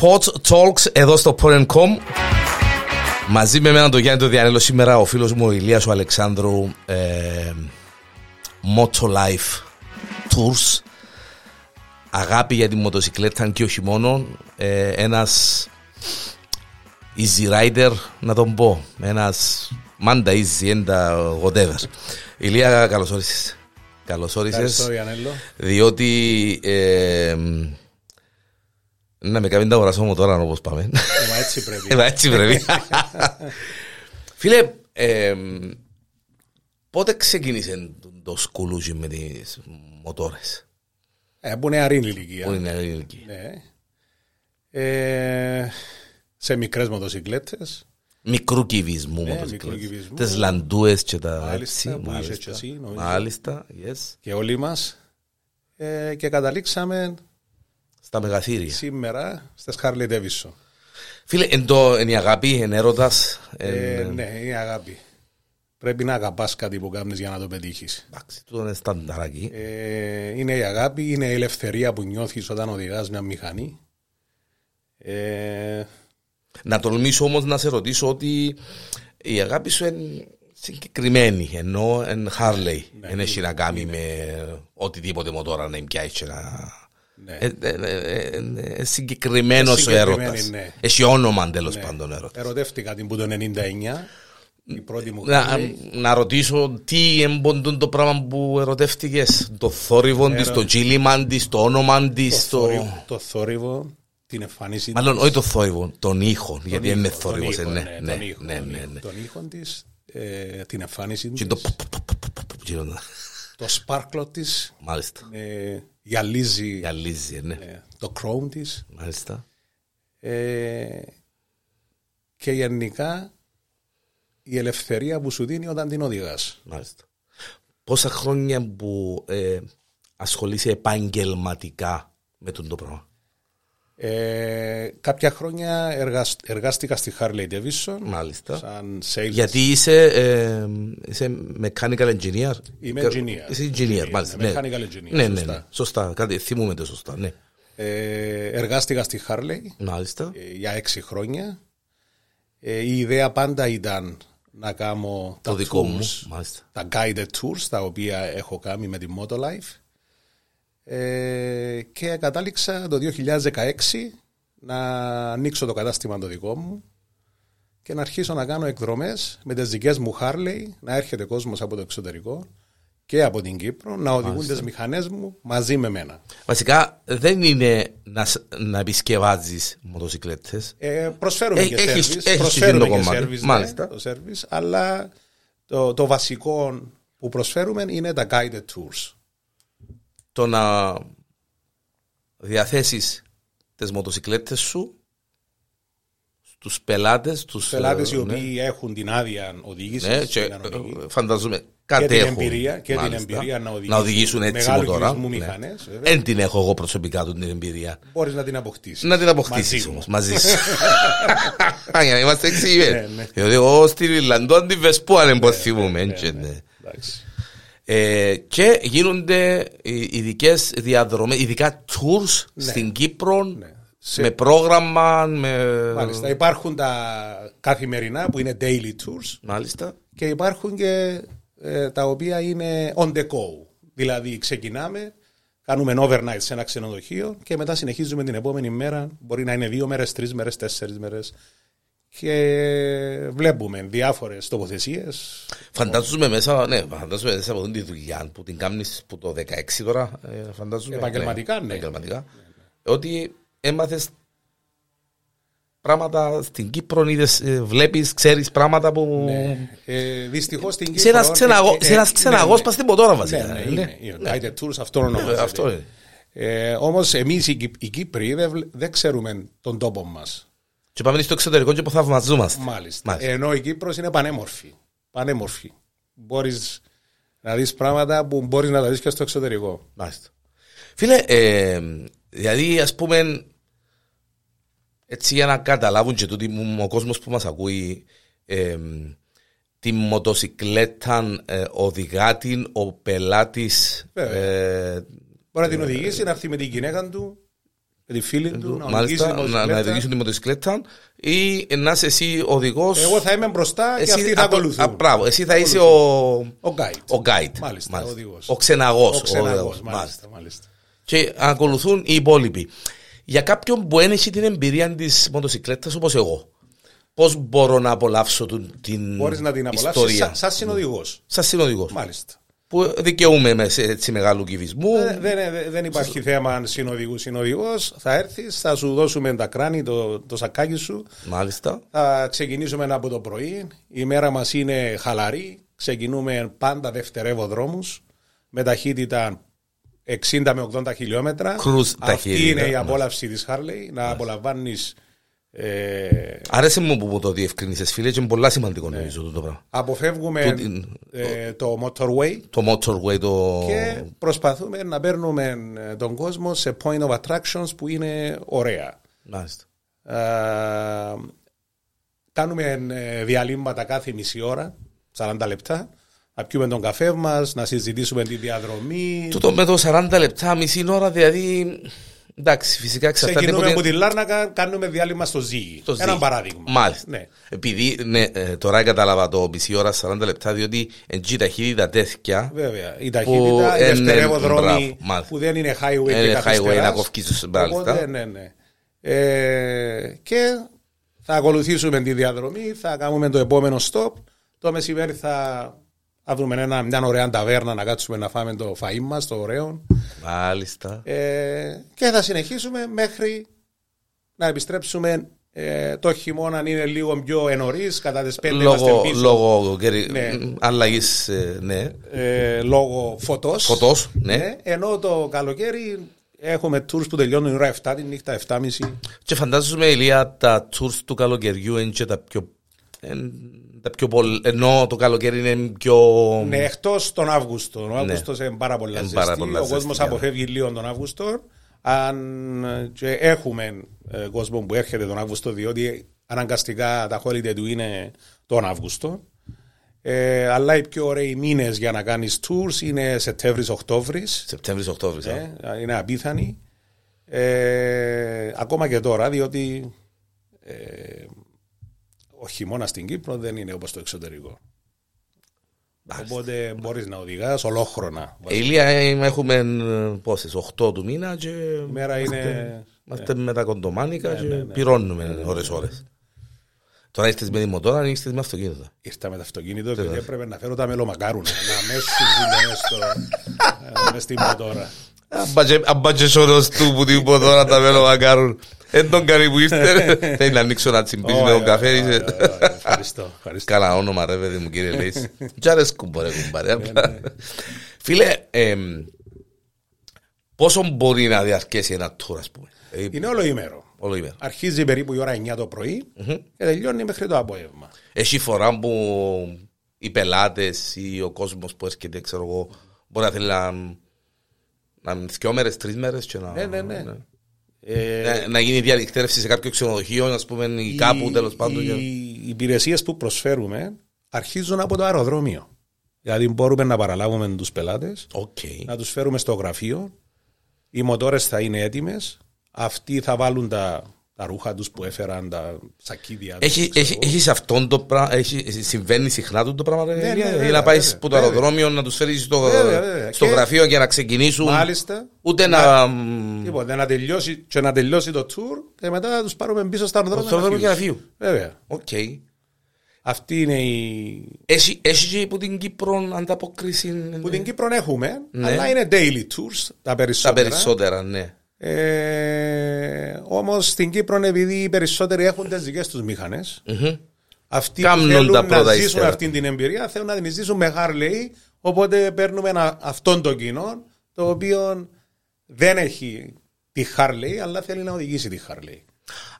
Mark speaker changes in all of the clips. Speaker 1: Pod Talks εδώ στο Porn.com. Μαζί με εμένα το Γιάννη το Διανέλο σήμερα ο φίλος μου ο Ηλίας ο Αλεξάνδρου ε, Moto Life Tours Αγάπη για τη μοτοσυκλέτα και όχι μόνο ε, Ένας easy rider να τον πω Ένας manda easy and whatever Ηλία καλώς όρισες Καλώς όρισες
Speaker 2: Ευχαριστώ, Ιανέλο.
Speaker 1: Διότι ε, να με κάνει τα αγοράσω μου τώρα όπως πάμε.
Speaker 2: Μα έτσι πρέπει.
Speaker 1: Ε, μα έτσι πρέπει. Φίλε, ε, πότε ξεκίνησε το σκουλούζι με τις μοτόρες
Speaker 2: Ε, που είναι αρήν
Speaker 1: που
Speaker 2: ηλικία.
Speaker 1: είναι ελληνική.
Speaker 2: Ναι. Ε, σε μικρές μοτοσυκλέτες.
Speaker 1: Μικρού κυβισμού
Speaker 2: Ναι,
Speaker 1: μοτοσυκλέτες.
Speaker 2: μικρού κυβισμού.
Speaker 1: Τις λαντούες και τα
Speaker 2: Μάλιστα,
Speaker 1: έτσι,
Speaker 2: που είσαι και εσύ, νομίζω.
Speaker 1: Μάλιστα, yes.
Speaker 2: και όλοι μας ε, και καταλήξαμε
Speaker 1: Στα μεγαθύρια.
Speaker 2: σήμερα στις Harley Davidson.
Speaker 1: Φίλε, εν το- εν η αγάπη, εν έρωτας. εν-
Speaker 2: Ε, ναι, είναι αγάπη. Πρέπει να αγαπάς κάτι που κάνεις για να το πετύχεις.
Speaker 1: Εντάξει, τούτο είναι στανταράκι.
Speaker 2: Ε, είναι η αγάπη, είναι η ελευθερία που νιώθεις όταν οδηγάς μια μηχανή. Ε,
Speaker 1: Να τολμήσω όμως να σε ρωτήσω ότι η αγάπη σου είναι συγκεκριμένη, ενώ εν Harley.
Speaker 2: Ναι.
Speaker 1: Δεν έχει να κάνει με οτιδήποτε μοτόρα να πιάσει και να...
Speaker 2: ναι.
Speaker 1: Ε, ε, ε, ε, ε, συγκεκριμένος ο
Speaker 2: Συγκεκριμένη,
Speaker 1: έρωτας.
Speaker 2: ναι.
Speaker 1: Έχει όνομα τέλος πάντων έρωτας.
Speaker 2: Ερωτεύτηκα την που το 99, η πρώτη μου
Speaker 1: Να,
Speaker 2: Harley.
Speaker 1: να ρωτήσω τι εμποντούν το πράγμα που ερωτεύτηκες. Το θόρυβο της, το κύλιμα της, το όνομα της, το...
Speaker 2: θόρυβο- το θόρυβο, την εμφάνιση
Speaker 1: Μάλλον όχι το θόρυβο, τον ήχο, γιατί
Speaker 2: ήχο,
Speaker 1: είναι
Speaker 2: τον
Speaker 1: θόρυβος. ε,
Speaker 2: ήχο,
Speaker 1: ναι,
Speaker 2: ναι,
Speaker 1: ναι,
Speaker 2: τον ήχο,
Speaker 1: ναι,
Speaker 2: τον
Speaker 1: ναι,
Speaker 2: ήχο,
Speaker 1: ναι.
Speaker 2: Τον ήχο της, ε, την εμφάνιση
Speaker 1: Και
Speaker 2: της,
Speaker 1: το... π- π- π- π- π- π- γύρω-
Speaker 2: το σπάρκλο της,
Speaker 1: Μάλιστα.
Speaker 2: ε, γυαλίζει
Speaker 1: Γυαλίζει, ναι.
Speaker 2: ε, το κρόουν της
Speaker 1: Μάλιστα.
Speaker 2: ε, και γενικά η ελευθερία που σου δίνει όταν την οδηγάς.
Speaker 1: Μάλιστα. Πόσα χρόνια που ε, ασχολείσαι επαγγελματικά με τον το πράγμα.
Speaker 2: Ε, κάποια χρόνια εργασ- εργάστηκα στη Harley Davidson
Speaker 1: Μάλιστα.
Speaker 2: σαν sales.
Speaker 1: Γιατί είσαι, ε, είσαι mechanical engineer.
Speaker 2: Είμαι engineer.
Speaker 1: Είσαι engineer, μάλιστα.
Speaker 2: Είμαι
Speaker 1: Ναι.
Speaker 2: mechanical engineer,
Speaker 1: Ναι, ναι,
Speaker 2: σωστά.
Speaker 1: ναι. Σωστά. Κάτι, θυμούμε το σωστά. Ναι.
Speaker 2: Ε, εργάστηκα στη Harley
Speaker 1: Μάλιστα.
Speaker 2: ε, για έξι χρόνια. Ε, η ιδέα πάντα ήταν να κάνω
Speaker 1: το
Speaker 2: τα
Speaker 1: δικό μου.
Speaker 2: tours,
Speaker 1: Μάλιστα.
Speaker 2: τα guided tours τα οποία έχω κάνει με τη Motolife ε, και κατάληξα το 2016 να ανοίξω το κατάστημα το δικό μου και να αρχίσω να κάνω εκδρομές με τις δικές μου Harley, να έρχεται κόσμος από το εξωτερικό και από την Κύπρο να οδηγούν τις μηχανές μου μαζί με μένα.
Speaker 1: Βασικά δεν είναι να, σ- να επισκευάζεις μοτοσυκλέτες.
Speaker 2: Ε, προσφέρουμε
Speaker 1: Έ-
Speaker 2: και
Speaker 1: έχεις-
Speaker 2: service,
Speaker 1: έχεις
Speaker 2: προσφέρουμε
Speaker 1: εκείνο
Speaker 2: και
Speaker 1: κομμάτι,
Speaker 2: service, ναι,
Speaker 1: μάλιστα.
Speaker 2: το service, αλλά το, το βασικό που προσφέρουμε είναι τα guided tours.
Speaker 1: το να διαθέσεις τις μοτοσυκλέτες σου στους πελάτες, τους
Speaker 2: Πελάτες
Speaker 1: ε,
Speaker 2: οι
Speaker 1: ναι,
Speaker 2: οποίοι έχουν την άδεια οδήγησης,
Speaker 1: ναι,
Speaker 2: την
Speaker 1: και,
Speaker 2: ανομική,
Speaker 1: ε, φαντάζομαι
Speaker 2: και
Speaker 1: κάτι
Speaker 2: την
Speaker 1: έχουν,
Speaker 2: εμπειρία, και την
Speaker 1: μάλιστα,
Speaker 2: εμπειρία να οδηγήσουν,
Speaker 1: να οδηγήσουν έτσι
Speaker 2: μεγάλους
Speaker 1: μοτορά.
Speaker 2: κυβισμού
Speaker 1: ναι.
Speaker 2: μηχανές, βέβαια.
Speaker 1: Δεν την έχω εγώ προσωπικά του την εμπειρία.
Speaker 2: μπορείς να την αποκτήσεις.
Speaker 1: Να την αποκτήσεις
Speaker 2: Μαζί μου.
Speaker 1: όμως, μαζί σου. Για να είμαστε
Speaker 2: Ναι,
Speaker 1: εξηγημένοι.
Speaker 2: ναι.
Speaker 1: Γιατί εγώ στην Ιρλανδό αν τη Βεσπού αν εμποθυμούμε. έτσι, ναι.
Speaker 2: Εντάξει.
Speaker 1: Ε, και γίνονται ειδικές διαδρομές, ειδικά tours στην Κύπρο
Speaker 2: Ναι. Σε-
Speaker 1: με πρόγραμμα. Με...
Speaker 2: Μάλιστα, υπάρχουν τα καθημερινά που είναι daily tours
Speaker 1: Μάλιστα.
Speaker 2: και υπάρχουν και ε, τα οποία είναι on the go. Δηλαδή ξεκινάμε, κάνουμε overnight σε ένα ξενοδοχείο και μετά συνεχίζουμε την επόμενη μέρα. Μπορεί να είναι δύο μέρες, τρεις μέρες, τέσσερις μέρες. Και βλέπουμε διάφορες τοποθεσίες.
Speaker 1: Φαντάζομαι μέσα, ναι, φαντάζομαι μέσα από τη δουλειά που την κάνεις που το 16 τώρα. ε, φαντάζομαι,
Speaker 2: Επαγγελματικά, ναι.
Speaker 1: επαγγελματικά, Ότι έμαθες πράγματα στην Κύπρο, βλέπεις, ξέρεις πράγματα που.
Speaker 2: Ε, Δυστυχώς στην Κύπρο.
Speaker 1: Σε ένα ξεναγό-
Speaker 2: ε, ε,
Speaker 1: σε ένας
Speaker 2: ναι,
Speaker 1: ξεναγόσπας
Speaker 2: ναι.
Speaker 1: στην Ποτόρα, βασικά,
Speaker 2: Ναι, ναι,
Speaker 1: ε,
Speaker 2: είναι.
Speaker 1: ναι.
Speaker 2: Η United Tours αυτό ονομάζεται.
Speaker 1: Αυτό είναι.
Speaker 2: Ε, Όμως εμείς οι, Κυπ- οι Κύπροι δεν, βλε- δεν ξέρουμε τον τόπο μας.
Speaker 1: Και πάμε στο εξωτερικό και που θαυμαζόμαστε.
Speaker 2: Μάλιστα. Ε, Ενώ η Κύπρος είναι πανέμορφη. Πανέμορφη. Μπορείς να δεις πράγματα που μπορείς να τα δεις και στο εξωτερικό.
Speaker 1: Μάλιστα. Φίλε, ε, δηλαδή ας πούμε έτσι για να καταλάβουν και τούτοι μου- ο κόσμος που μας ακούει ε, τη μοτοσυκλέτα ε, οδηγά την ο πελάτης
Speaker 2: Βέβαια.
Speaker 1: ε,
Speaker 2: Μπορεί να την οδηγήσει, να έρθει με την γυναίκα του με τη φίλη του, να οδηγήσει
Speaker 1: Ε, Μάλιστα, να,
Speaker 2: την
Speaker 1: να
Speaker 2: μοτοσυκλέτα.
Speaker 1: οδηγήσουν τη μοτοσυκλέτα ή να είσαι εσύ οδηγός.
Speaker 2: Εγώ θα είμαι μπροστά και αυτοί θα ακολουθούν.
Speaker 1: Μπράβο, εσύ θα είσαι ο,
Speaker 2: Ο guide.
Speaker 1: ο guide.
Speaker 2: Μάλιστα, ο οδηγός.
Speaker 1: Ο ξεναγός.
Speaker 2: Ο ξεναγός, μάλιστα, μάλιστα.
Speaker 1: Και ακολουθούν οι υπόλοιποι. Για κάποιον που ένιωσε την εμπειρία της μοτοσυκλέτας όπως εγώ, πώς μπορώ να απολαύσω του- την
Speaker 2: Μπορείς να την απολαύσεις
Speaker 1: ιστορία.
Speaker 2: σαν, σαν συνοδηγός.
Speaker 1: Σαν συνοδηγός.
Speaker 2: Μάλιστα.
Speaker 1: Που δικαιούμαι με σε- έτσι μεγάλου κυβισμού.
Speaker 2: Ε, Δεν, ε, δεν υπάρχει θέμα αν συνοδηγού συνοδηγός. Θα έρθεις, θα σου δώσουμε τα κράνη, το, το σακάκι σου.
Speaker 1: Μάλιστα.
Speaker 2: Θα ξεκινήσουμε από το πρωί. Η μέρα μας είναι χαλαρή. Ξεκινούμε πάντα δευτερεύω δρόμους με ταχύτητα 60 με 80 χιλιόμετρα.
Speaker 1: Cruise
Speaker 2: Αυτή
Speaker 1: ταχύτητα, ναι.
Speaker 2: είναι η
Speaker 1: μάλιστα.
Speaker 2: απόλαυση της Χάρλεϊ. Να ε, απολαμβάνει.
Speaker 1: Άρεσε μου που μου το διευκρίνησες φίλε και είναι πολύ
Speaker 2: Ε.
Speaker 1: σημαντικό νομίζω τούτο πράγμα.
Speaker 2: αποφεύγουμε
Speaker 1: την-
Speaker 2: ε, το motorway
Speaker 1: Το motorway το...
Speaker 2: και προσπαθούμε να παίρνουμε ε, τον κόσμο σε point of attractions που είναι ωραία.
Speaker 1: Μάλιστα.
Speaker 2: Ε, κάνουμε ε, διαλύματα κάθε μισή ώρα, 40 λεπτά. Να πιούμε τον καφέ μας, να συζητήσουμε τη διαδρομή.
Speaker 1: Τούτο με το 40 λεπτά, μισή ώρα δηλαδή... Εντάξει, φυσικά εξαρτάται
Speaker 2: Ξεκινούμε από
Speaker 1: την-
Speaker 2: τη Λάρνακα, κάνουμε διάλειμμα στο Ζήγη.
Speaker 1: το
Speaker 2: Ένα
Speaker 1: ζύγι.
Speaker 2: παράδειγμα.
Speaker 1: Μάλιστα.
Speaker 2: Ναι.
Speaker 1: Επειδή ναι, ε, τώρα κατάλαβα το μισή ώρα, 40 λεπτά, διότι εντζή ταχύτητα τέτοια
Speaker 2: Βέβαια. Η ταχύτητα, οι
Speaker 1: ε, ναι,
Speaker 2: δευτερεύοδρομοι
Speaker 1: μπράβο, μάλιστα.
Speaker 2: που δεν είναι highway
Speaker 1: Ε,
Speaker 2: και
Speaker 1: highway,
Speaker 2: καθυστεράς.
Speaker 1: να κοφκίζεις, μάλιστα.
Speaker 2: Οπότε, ναι, ναι. Ε, και θα ακολουθήσουμε τη διαδρομή, θα κάνουμε το επόμενο stop. Το μεσημέρι θα, θα βρούμε ένα, μια ωραία ταβέρνα να κάτσουμε να φάμε το φαΐ μας, το ωραίο.
Speaker 1: Μάλιστα.
Speaker 2: Ε, και θα συνεχίσουμε μέχρι να επιστρέψουμε ε, το χειμώνα αν είναι λίγο πιο ενωρίς, κατά τις 5
Speaker 1: Λόγω, λόγω καιρι-
Speaker 2: Ναι.
Speaker 1: αλλαγής, ε, ναι.
Speaker 2: ε, λόγω φωτός.
Speaker 1: Φωτός, ναι.
Speaker 2: Ναι, ενώ το καλοκαίρι έχουμε tours που τελειώνουν η ώρα 7 τη νύχτα, 7.30.
Speaker 1: Και φαντάζομαι, Ηλία, τα tours του καλοκαιριού είναι και τα πιο... εν- τα πιο πολλ- Ενώ το καλοκαίρι είναι πιο...
Speaker 2: Ναι, εκτός τον Αύγουστο. Ο Αύγουστος είναι πάρα πολλά
Speaker 1: Ναι. Είναι
Speaker 2: ζεστή.
Speaker 1: πάρα πολλά
Speaker 2: ο
Speaker 1: ζεστή,
Speaker 2: κόσμος
Speaker 1: ναι.
Speaker 2: αποφεύγει λίγο τον Αύγουστο. Αν ε, και έχουμε ε, κόσμο που έρχεται τον Αύγουστο, διότι αναγκαστικά τα holiday του είναι τον Αύγουστο. Ε, αλλά οι πιο ωραίοι μήνες για να κάνεις tours είναι Σεπτέμβρη-Οκτώβρη.
Speaker 1: Σεπτέμβρης-Οκτώβρης. α.
Speaker 2: Ε, είναι απίθανη. Ε, ακόμα και τώρα, διότι ε, ο χειμώνα στην Κύπρο δεν είναι όπως το εξωτερικό. Οπότε μπορείς να οδηγάς ολόχρονα.
Speaker 1: Ε, Ηλία, ε, έχουμε ε, πόσες, 8 του μήνα και
Speaker 2: Η μέρα είναι.
Speaker 1: είμαστε
Speaker 2: Ναι.
Speaker 1: με τα κοντομάνικα και πυρώνουμε ώρες ώρες. Τώρα ήρθες με τη μοτόρα, ή ήρθες με αυτοκίνητο.
Speaker 2: Ήρθα με το αυτοκίνητο και έπρεπε να φέρω τα μελομακάρουνα. Να με συζητάμε στο. μες στην μοτόρα.
Speaker 1: Αμπάτσε σώρος του που την μοτόρα τα μέλο μακάρουν. Εν τον κάνει που ήρθε. Θέλει να ανοίξω να τσιμπήσει με
Speaker 2: Ωραία,
Speaker 1: τον καφέ.
Speaker 2: ωραία,
Speaker 1: είσαι.
Speaker 2: ωραία, Ναι, ωραία. Ευχαριστώ. ευχαριστώ.
Speaker 1: Καλά όνομα ρε παιδί μου κύριε Λέης. Τι αρέσκουν μπορεί κουμπάρε.
Speaker 2: Ναι,
Speaker 1: απλά. Φίλε, εμ, πόσο μπορεί να διαρκέσει ένα tour ας πούμε. Ε,
Speaker 2: Είναι όλο ημέρο.
Speaker 1: Όλο ημέρα.
Speaker 2: Αρχίζει περίπου η ώρα 9 το πρωι και τελειώνει μέχρι το απόγευμα.
Speaker 1: Έχει φορά που οι πελάτες ή ο κόσμος που έρχεται, ξέρω εγώ, μπορεί να θέλει να. να είναι δυο μέρες, τρεις μέρες και να.
Speaker 2: Ναι, ναι, ναι. Ε,
Speaker 1: Να, να γίνει διαδικτέρευση σε κάποιο ξενοδοχείο, ας πούμε, ή κάπου τέλος πάντων. και-
Speaker 2: Οι υπηρεσίες που προσφέρουμε αρχίζουν από το αεροδρόμιο. Δηλαδή μπορούμε να παραλάβουμε τους πελάτες,
Speaker 1: Οκ.
Speaker 2: να τους φέρουμε στο γραφείο, οι μοτόρες θα είναι έτοιμες, αυτοί θα βάλουν τα, τα ρούχα τους που έφεραν, τα σακίδια τους.
Speaker 1: Έχει, έχει, έχεις αυτόν το πράγμα, έχει, συμβαίνει συχνά τούτο το πράγμα,
Speaker 2: Ναι,
Speaker 1: ρε,
Speaker 2: ναι,
Speaker 1: Ηλία? ή
Speaker 2: βέβαια,
Speaker 1: να πάεις
Speaker 2: βέβαια,
Speaker 1: που το
Speaker 2: βέβαια.
Speaker 1: αεροδρόμιο να τους φέρεις στο,
Speaker 2: Βέβαια, βέβαια.
Speaker 1: στο
Speaker 2: Και-
Speaker 1: γραφείο για να ξεκινήσουν,
Speaker 2: Μάλιστα.
Speaker 1: ούτε να... μ,
Speaker 2: Τίποτε, να τελειώσει, και να τελειώσει το tour και μετά να τους πάρουμε πίσω στα αεροδρόμια.
Speaker 1: Στο αεροδρόμιο
Speaker 2: να
Speaker 1: και να
Speaker 2: φύγουν.
Speaker 1: φύγουν.
Speaker 2: Βέβαια.
Speaker 1: Οκ.
Speaker 2: Αυτή είναι η.
Speaker 1: Έχει, έχεις και που την ε, Κύπρο ανταποκρίση.
Speaker 2: Που την Κύπρο έχουμε, αλλά είναι daily tours
Speaker 1: Ναι. Τα
Speaker 2: τα περισσότερα.
Speaker 1: περισσότερα, ναι.
Speaker 2: Ε, Όμως στην Κύπρο, επειδή οι περισσότεροι έχουν τις δικές τους μηχανε
Speaker 1: Μμμ.
Speaker 2: αυτοί που
Speaker 1: Κάμνουν
Speaker 2: θέλουν
Speaker 1: τα
Speaker 2: να
Speaker 1: πρώτα
Speaker 2: ζήσουν
Speaker 1: ύστερα.
Speaker 2: αυτή την εμπειρία θέλουν να την ζήσουν με Harley. Οπότε παίρνουμε ένα, αυτόν τον κοινό, το οποίο δεν έχει τη Harley, αλλά θέλει να οδηγήσει τη Harley.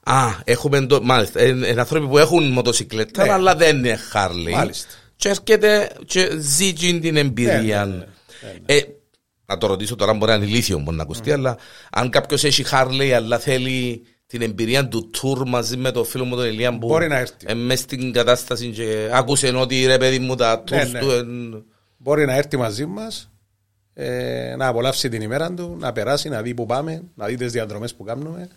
Speaker 1: Α, έχουμε. Το, μάλιστα. Είναι, είναι άνθρωποι που έχουν μοτοσυκλέτα,
Speaker 2: Ναι.
Speaker 1: αλλά δεν είναι Harley.
Speaker 2: Μάλιστα.
Speaker 1: Και έρχεται και ζει τζιν την εμπειρία.
Speaker 2: Ναι, ναι, ναι,
Speaker 1: Ε, να το ρωτήσω τώρα, μπορεί να είναι ηλίθιο μπορεί να ακουστεί, αλλά αν κάποιος έχει Harley, αλλά θέλει την εμπειρία του tour μαζί με το φίλο μου τον Ηλία που
Speaker 2: Μπορεί να έρθει.
Speaker 1: ε, μες στην κατάσταση και άκουσε ότι ρε παιδί μου τα tours
Speaker 2: ναι.
Speaker 1: του εν-
Speaker 2: Μπορεί να έρθει μαζί μας. ε, να απολαύσει την ημέρα του, να περάσει, να δει που πάμε, να δει τις διαδρομές που κάνουμε.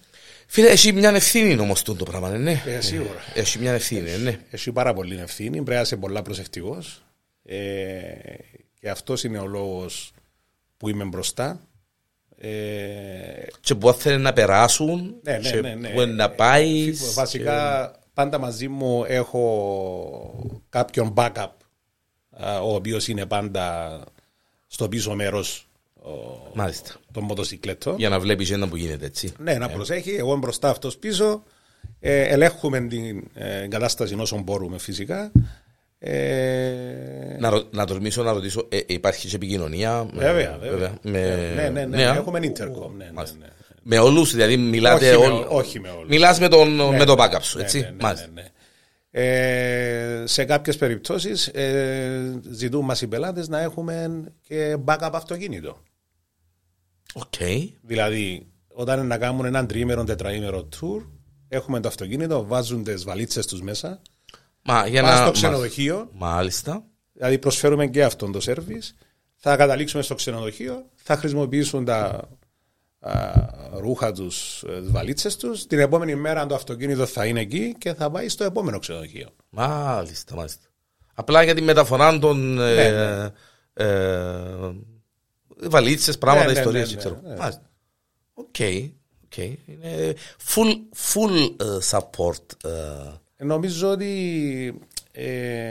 Speaker 1: Φίλε, έχει μια ευθύνη όμως το πράγμα, ναι, ναι.
Speaker 2: Ε, σίγουρα.
Speaker 1: Έχει μια ευθύνη, ναι.
Speaker 2: Έχει πάρα πολύ ευθύνη, πρέπει να είσαι πολλά προσεκτικός. Ε, και αυτός είναι ο λόγος που είμαι μπροστά. Ε,
Speaker 1: Και που θέλει να περάσουν,
Speaker 2: Ναι, ναι,
Speaker 1: και
Speaker 2: ναι, ναι.
Speaker 1: που να πάεις.
Speaker 2: Φι- Βασικά, πάντα μαζί μου έχω κάποιον backup, α, ο οποίος είναι πάντα στο πίσω μέρος
Speaker 1: Μάλιστα.
Speaker 2: των μοτοσυκλέτων.
Speaker 1: Για να βλέπεις ένα που γίνεται έτσι.
Speaker 2: Ναι, να προσέχει. Εγώ είμαι μπροστά, αυτός πίσω. Ε, ελέγχουμε την ε, κατάσταση όσο μπορούμε φυσικά. Ε,
Speaker 1: Να, ρω- να τολμήσω να ρωτήσω, ε, ε, υπάρχει και επικοινωνία. με-
Speaker 2: Βέβαια, βέβαια.
Speaker 1: Με,
Speaker 2: ναι, ναι, ναι,
Speaker 1: α.
Speaker 2: Έχουμε intercom. Ναι, ναι,
Speaker 1: Ε, Μάλιστα.
Speaker 2: ναι.
Speaker 1: με όλους, δηλαδή μιλάτε
Speaker 2: όχι, με,
Speaker 1: όλοι.
Speaker 2: ό- όχι με όλους.
Speaker 1: Μιλάς με τον, με τον
Speaker 2: ναι,
Speaker 1: backup σου,
Speaker 2: ναι,
Speaker 1: έτσι.
Speaker 2: ναι, ναι,
Speaker 1: Μάλιστα.
Speaker 2: ναι, ναι. Ε, σε κάποιες περιπτώσεις ε, ζητούν μας οι πελάτες να έχουμε και backup αυτοκίνητο.
Speaker 1: Οκ.
Speaker 2: Δηλαδή, όταν είναι να κάνουν έναν τριήμερο, τετραήμερο tour, έχουμε το αυτοκίνητο, βάζουν τις βαλίτσες τους μέσα,
Speaker 1: Μα για
Speaker 2: πάνε
Speaker 1: να.
Speaker 2: στο
Speaker 1: μα-
Speaker 2: ξενοδοχείο,
Speaker 1: Μάλιστα.
Speaker 2: δηλαδή προσφέρουμε και αυτόν το σερβις, θα καταλήξουμε στο ξενοδοχείο, θα χρησιμοποιήσουν τα α, ρούχα τους, ε, τις βαλίτσες τους, την επόμενη μέρα το αυτοκίνητο θα είναι εκεί και θα πάει στο επόμενο ξενοδοχείο.
Speaker 1: Μάλιστα, μάλιστα. Απλά για τη μεταφορά των.
Speaker 2: Ναι,
Speaker 1: Ε, ε, Βαλίτσες, πράγματα,
Speaker 2: Ναι, ναι,
Speaker 1: ιστορίες,
Speaker 2: ναι, ναι,
Speaker 1: ξέρω.
Speaker 2: ναι.
Speaker 1: Μάλιστα. Οκ. οκ. Είναι full, full ε, support. ε,
Speaker 2: Νομίζω ότι ε,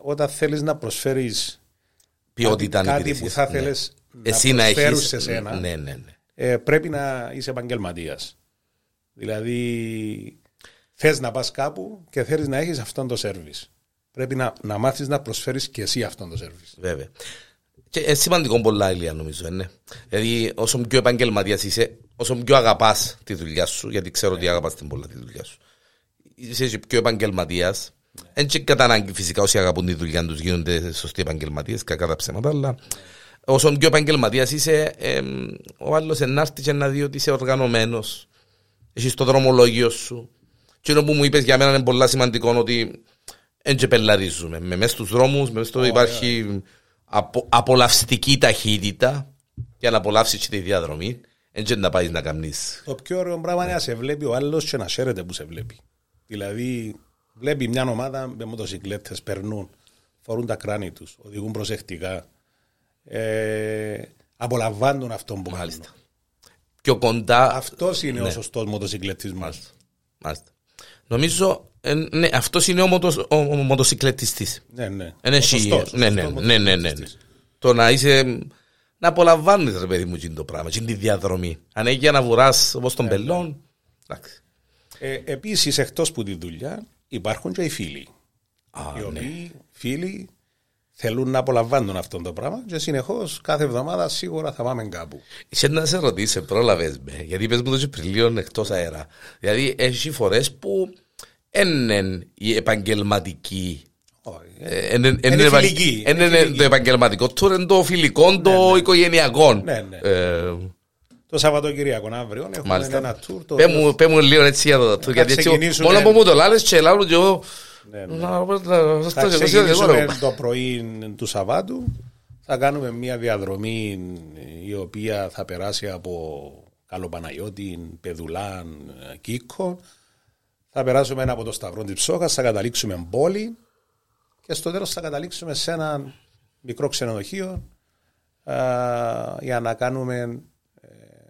Speaker 2: όταν θέλεις να προσφέρεις
Speaker 1: ποιότητα
Speaker 2: κάτι
Speaker 1: υπηρεσίας.
Speaker 2: που θα
Speaker 1: Ναι.
Speaker 2: θέλεις να
Speaker 1: Εσύ να
Speaker 2: προσφέρουν
Speaker 1: έχεις-
Speaker 2: σε σένα.
Speaker 1: Ναι, ναι, ναι.
Speaker 2: ε, πρέπει να είσαι επαγγελματίας. Δηλαδή, θες να πας κάπου και θέλεις να έχεις αυτόν το σερβις. Πρέπει να, να μάθεις να προσφέρεις και εσύ αυτόν το σερβις.
Speaker 1: Βέβαια. Και είναι σημαντικό πολλά ηλία νομίζω. ε, Ναι. Δηλαδή, όσο πιο επαγγελματίας είσαι, όσο πιο αγαπάς τη δουλειά σου, γιατί ξέρω
Speaker 2: Ναι.
Speaker 1: ότι αγαπάς την πολλά τη δουλειά σου, είσαι και πιο επαγγελματίας. Δεν και κατά ανάγκη φυσικά όσοι αγαπούν τη δουλειά τους γίνονται σωστοί επαγγελματίες, κακά τα ψέματα, αλλά όσο πιο επαγγελματίας είσαι, εμ, ο άλλος ενάρτη και να δει ότι είσαι οργανωμένος. Έχει το δρομολόγιο σου. Και που μου είπες για μένα είναι πολύ σημαντικό ότι δεν τσεπελαρίζουμε. Με μέσα στους δρόμους, μέσα στο υπάρχει απο, απολαυστική ταχύτητα για να απολαύσεις τη διαδρομή. Δεν να πάεις να κάνεις.
Speaker 2: Το πιο ωραίο πράγμα είναι να σε βλέπει ο άλλος και να χαίρεται που σε βλέπει. Δηλαδή, βλέπει μια ομάδα με μοτοσυκλέτες, περνούν, φορούν τα κράνη τους, οδηγούν προσεκτικά. Ε, απολαμβάνουν αυτόν που κάνουν.
Speaker 1: Μάλιστα. Πιο κοντά.
Speaker 2: Αυτός είναι ο σωστό μοτοσυκλετή μα.
Speaker 1: Μάλιστα. Νομίζω. ε, ναι, αυτός είναι ο, μοτοσ, ο, ο μοτοσυκλετιστής.
Speaker 2: Ναι, ναι.
Speaker 1: Ναι,
Speaker 2: Ο σωστός, ο
Speaker 1: ναι, ναι,
Speaker 2: σωστός
Speaker 1: ναι, ναι, ναι, ναι.
Speaker 2: μοτοσυκλετής.
Speaker 1: Το να είσαι. Να απολαμβάνεις, ρε παιδί μου, εκείνο το πράγμα, εκείνη τη διαδρομή. Αν έχει για να βουράς όπως
Speaker 2: Ναι,
Speaker 1: τον πελών. Εντάξει.
Speaker 2: Ε, Επίσης, εκτός που τη δουλειά, υπάρχουν και οι φίλοι.
Speaker 1: Α,
Speaker 2: οι
Speaker 1: ναι.
Speaker 2: οποίοι φίλοι θέλουν να απολαμβάνουν αυτό το πράγμα και συνεχώς κάθε εβδομάδα σίγουρα θα πάμε κάπου.
Speaker 1: Είσαι να σε ρωτήσω, πρόλαβες με, γιατί πες μου το Σεπτεμβρίο εκτός αέρα. Δηλαδή, έχει φορές που είναι η επαγγελματική.
Speaker 2: Όχι.
Speaker 1: ε, εν- εν- εν-
Speaker 2: Είναι
Speaker 1: επα-
Speaker 2: φιλική,
Speaker 1: εν-
Speaker 2: είναι
Speaker 1: εν- Το επαγγελματικό του είναι το φιλικό, το οικογενειακό.
Speaker 2: Ναι, ναι.
Speaker 1: Ε,
Speaker 2: Το Σαββατοκυριακό αύριο έχουμε
Speaker 1: Μάλιστα.
Speaker 2: ένα tour. Το
Speaker 1: Πες μου- πες μου λίγο έτσι για το τουρ, γιατί έτσι
Speaker 2: ξεκινήσουμε-
Speaker 1: μόνο που μου το λάλες και λάλλουν και εγώ.
Speaker 2: Ναι, ναι.
Speaker 1: Να πω, να-
Speaker 2: Θα
Speaker 1: να- να-
Speaker 2: ξεκινήσουμε
Speaker 1: να-
Speaker 2: το πρωί του Σαββάτου. Θα κάνουμε μια διαδρομή η οποία θα περάσει από Καλοπαναγιώτη, Πεδουλάν, Κίκο. Θα περάσουμε ένα από το Σταυρό της Ψόχα, θα καταλήξουμε πόλη και στο τέλος θα καταλήξουμε σε ένα μικρό ξενοδοχείο α, για να κάνουμε ε,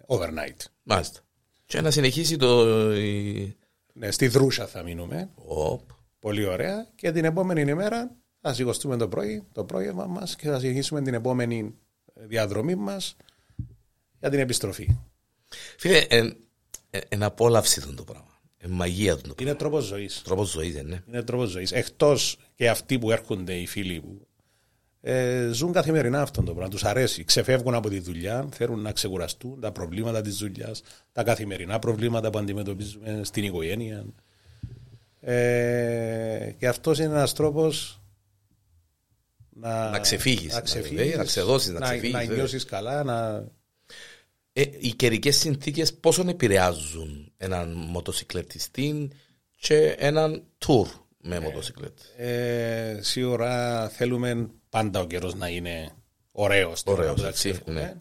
Speaker 2: overnight.
Speaker 1: Μάλιστα. Και να συνεχίσει το... η-
Speaker 2: Ναι, στη Δρούσα θα μείνουμε.
Speaker 1: Οπ.
Speaker 2: Πολύ ωραία. Και την επόμενη ημέρα θα σηκωστούμε το πρωί, το πρόγευμα μας και θα συνεχίσουμε την επόμενη διαδρομή μας για την επιστροφή.
Speaker 1: Φίλε, εν- εν- εν απόλαυση ήταν το πράγμα. Εν μαγεία ήταν το πράγμα.
Speaker 2: Είναι τρόπος ζωής.
Speaker 1: Τρόπος ζωής, ε, ναι.
Speaker 2: Είναι τρόπος ζωής. Εκτός και αυτοί που έρχονται, οι φίλοι που ε, ζουν καθημερινά αυτό το πράγμα. Τους αρέσει. Ξεφεύγουν από τη δουλειά, θέλουν να ξεκουραστούν τα προβλήματα της δουλειάς, τα καθημερινά προβλήματα που αντιμετωπίζουμε στην οικογένεια. Ε, και αυτός είναι ένας τρόπος να,
Speaker 1: Να ξεφύγεις,
Speaker 2: να,
Speaker 1: να βέβαια, να ξεδώσεις, να ξεφύγεις, ε.
Speaker 2: να
Speaker 1: βέβαια.
Speaker 2: νιώσεις καλά. Να...
Speaker 1: Ε, οι καιρικές συνθήκες πόσο επηρεάζουν έναν μοτοσυκλετιστή και έναν τουρ
Speaker 2: Ναι.
Speaker 1: με μοτοσυκλέτη.
Speaker 2: Ε, σίγουρα θέλουμε πάντα ο καιρός να είναι ωραίος. στην ώρα
Speaker 1: Ωραίος,
Speaker 2: που
Speaker 1: έτσι,
Speaker 2: ταξιδεύουμε.
Speaker 1: ναι.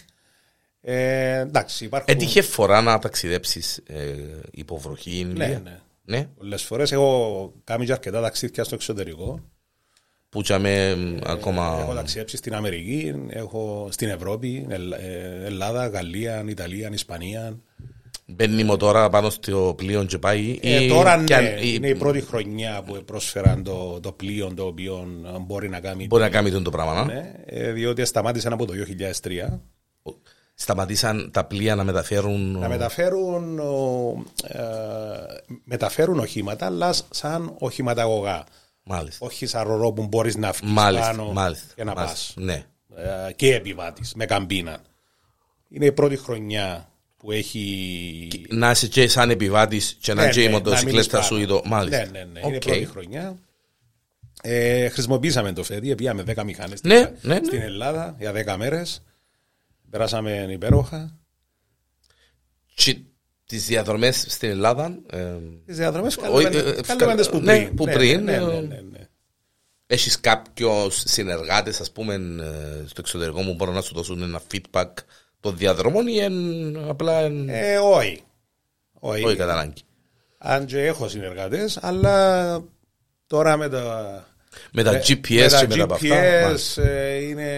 Speaker 2: Ε, εντάξει, υπάρχουν
Speaker 1: Έτυχε φορά να ταξιδέψεις ε, υποβροχή.
Speaker 2: Ναι, ναι.
Speaker 1: ναι.
Speaker 2: πολλές φορές. Εγώ κάνω και αρκετά ταξίδια στο εξωτερικό.
Speaker 1: Που τσαμε
Speaker 2: Ε,
Speaker 1: ακόμα.
Speaker 2: Έχω ταξιδέψει στην Αμερική, έχω στην Ευρώπη, Ελλ- ε, Ελλάδα, Γαλλία, Ιταλία, Ισπανία.
Speaker 1: Μπαίνει μου τώρα πάνω στο πλοίο και πάει.
Speaker 2: Ε,
Speaker 1: ή-
Speaker 2: τώρα
Speaker 1: κι
Speaker 2: ναι,
Speaker 1: αν- ή-
Speaker 2: είναι η πρώτη χρονιά που πρόσφεραν το, το πλοίο το οποίο μπορεί να κάνει.
Speaker 1: Μπορεί να κάνει τον το πράγμα. να.
Speaker 2: Ναι, ε, διότι σταμάτησαν από το 2003
Speaker 1: Σταματήσαν τα πλοία να μεταφέρουν.
Speaker 2: να μεταφέρουν, ο, ε, μεταφέρουν οχήματα, αλλά σ- σαν οχηματαγωγά.
Speaker 1: Μάλιστα.
Speaker 2: Όχι σαν ρορό που μπορείς να φύγει
Speaker 1: Μάλιστα.
Speaker 2: πάνω
Speaker 1: μάλιστα,
Speaker 2: και να πα.
Speaker 1: μάλιστα. Ναι.
Speaker 2: ε, και επιβάτης με καμπίνα. Είναι η πρώτη χρονιά που έχει.
Speaker 1: Να είσαι και σαν επιβάτης και να και η
Speaker 2: ναι, μείνεις
Speaker 1: μοτοσυκλέτα
Speaker 2: πάνω.
Speaker 1: σου ή το. Μάλιστα.
Speaker 2: Ναι, ναι, ναι. Είναι
Speaker 1: Οκ.
Speaker 2: η πρώτη χρονιά. Ε, χρησιμοποίησαμε το φέδι, πήγαμε 10 μηχανές
Speaker 1: Ναι, ναι, ναι.
Speaker 2: στην Ελλάδα για 10 μέρες. Περάσαμε υπέροχα.
Speaker 1: Και τις διαδρομές στην Ελλάδα. ε,
Speaker 2: Τις διαδρομές
Speaker 1: Όχι, ε, ε,
Speaker 2: καλούμε που
Speaker 1: ναι,
Speaker 2: πριν.
Speaker 1: που πριν,
Speaker 2: Ναι, ναι,
Speaker 1: ε,
Speaker 2: ναι, ναι, ναι.
Speaker 1: Έχεις κάποιο συνεργάτες, ας πούμε, ε, στο εξωτερικό μου μπορούν να σου δώσουν ένα feedback των διαδρομών ή εν- απλά. εν-
Speaker 2: Ε, όχι. Όχι.
Speaker 1: Όχι κατά ανάγκη.
Speaker 2: Αν και έχω συνεργάτες, αλλά τώρα με τα.
Speaker 1: Με τα GPS και μετά από αυτά. μάλιστα.
Speaker 2: GPS ε, είναι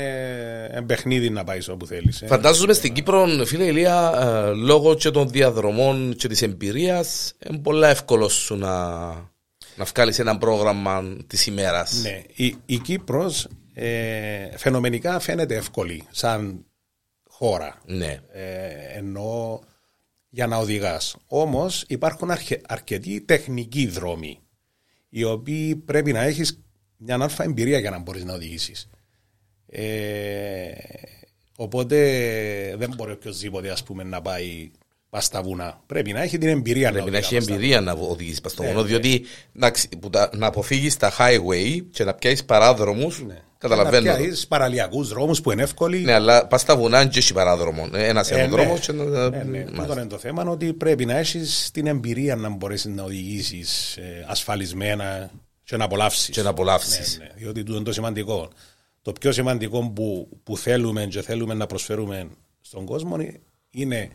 Speaker 2: ε, παιχνίδι να πάει όπου ε. θέλει.
Speaker 1: Φαντάζομαι στην Κύπρο, φίλε Ηλία, ε, λόγω και των διαδρομών και της εμπειρίας, είναι πολύ εύκολος σου να, να βγάλεις ένα πρόγραμμα της ημέρας.
Speaker 2: Ναι, η, η Κύπρος ε, φαινομενικά φαίνεται εύκολη σαν χώρα.
Speaker 1: ναι.
Speaker 2: Ε, ενώ για να οδηγάς. Όμως υπάρχουν αρχε- αρκετοί τεχνικοί δρόμοι οι οποίοι πρέπει να έχεις μια αλφα εμπειρία για να μπορείς να οδηγήσεις. Ε, οπότε δεν μπορεί οποιοδήποτε ας πούμε, να πάει πας στα βουνά. Πρέπει να έχει την εμπειρία
Speaker 1: Πρέπει να
Speaker 2: οδηγά
Speaker 1: έχει
Speaker 2: πας στα
Speaker 1: εμπειρία να οδηγήσεις πας
Speaker 2: Ναι,
Speaker 1: στο βουνό, διότι να, ξε- που τα- να αποφύγεις τα highway και να πιάσεις παράδρομους. Καταλαβαίνω.
Speaker 2: Ναι. Να πιάσεις παραλιακούς δρόμους που είναι εύκολοι.
Speaker 1: Ναι, αλλά πας στα βουνά και έχεις παράδρομο. Ένας
Speaker 2: Ε, ναι.
Speaker 1: αεροδρόμο και να.
Speaker 2: Ναι, ναι.
Speaker 1: Μάλιστα.
Speaker 2: Τούτο είναι το θέμα ότι πρέπει να έχεις την εμπειρία να μπορέσεις να οδηγήσεις ασφαλισμένα και να απολαύσεις.
Speaker 1: Και να απολαύσεις.
Speaker 2: Ναι, ναι, διότι τούτο είναι το σημαντικό. Το πιο σημαντικό που, που θέλουμε και θέλουμε να προσφέρουμε στον κόσμο είναι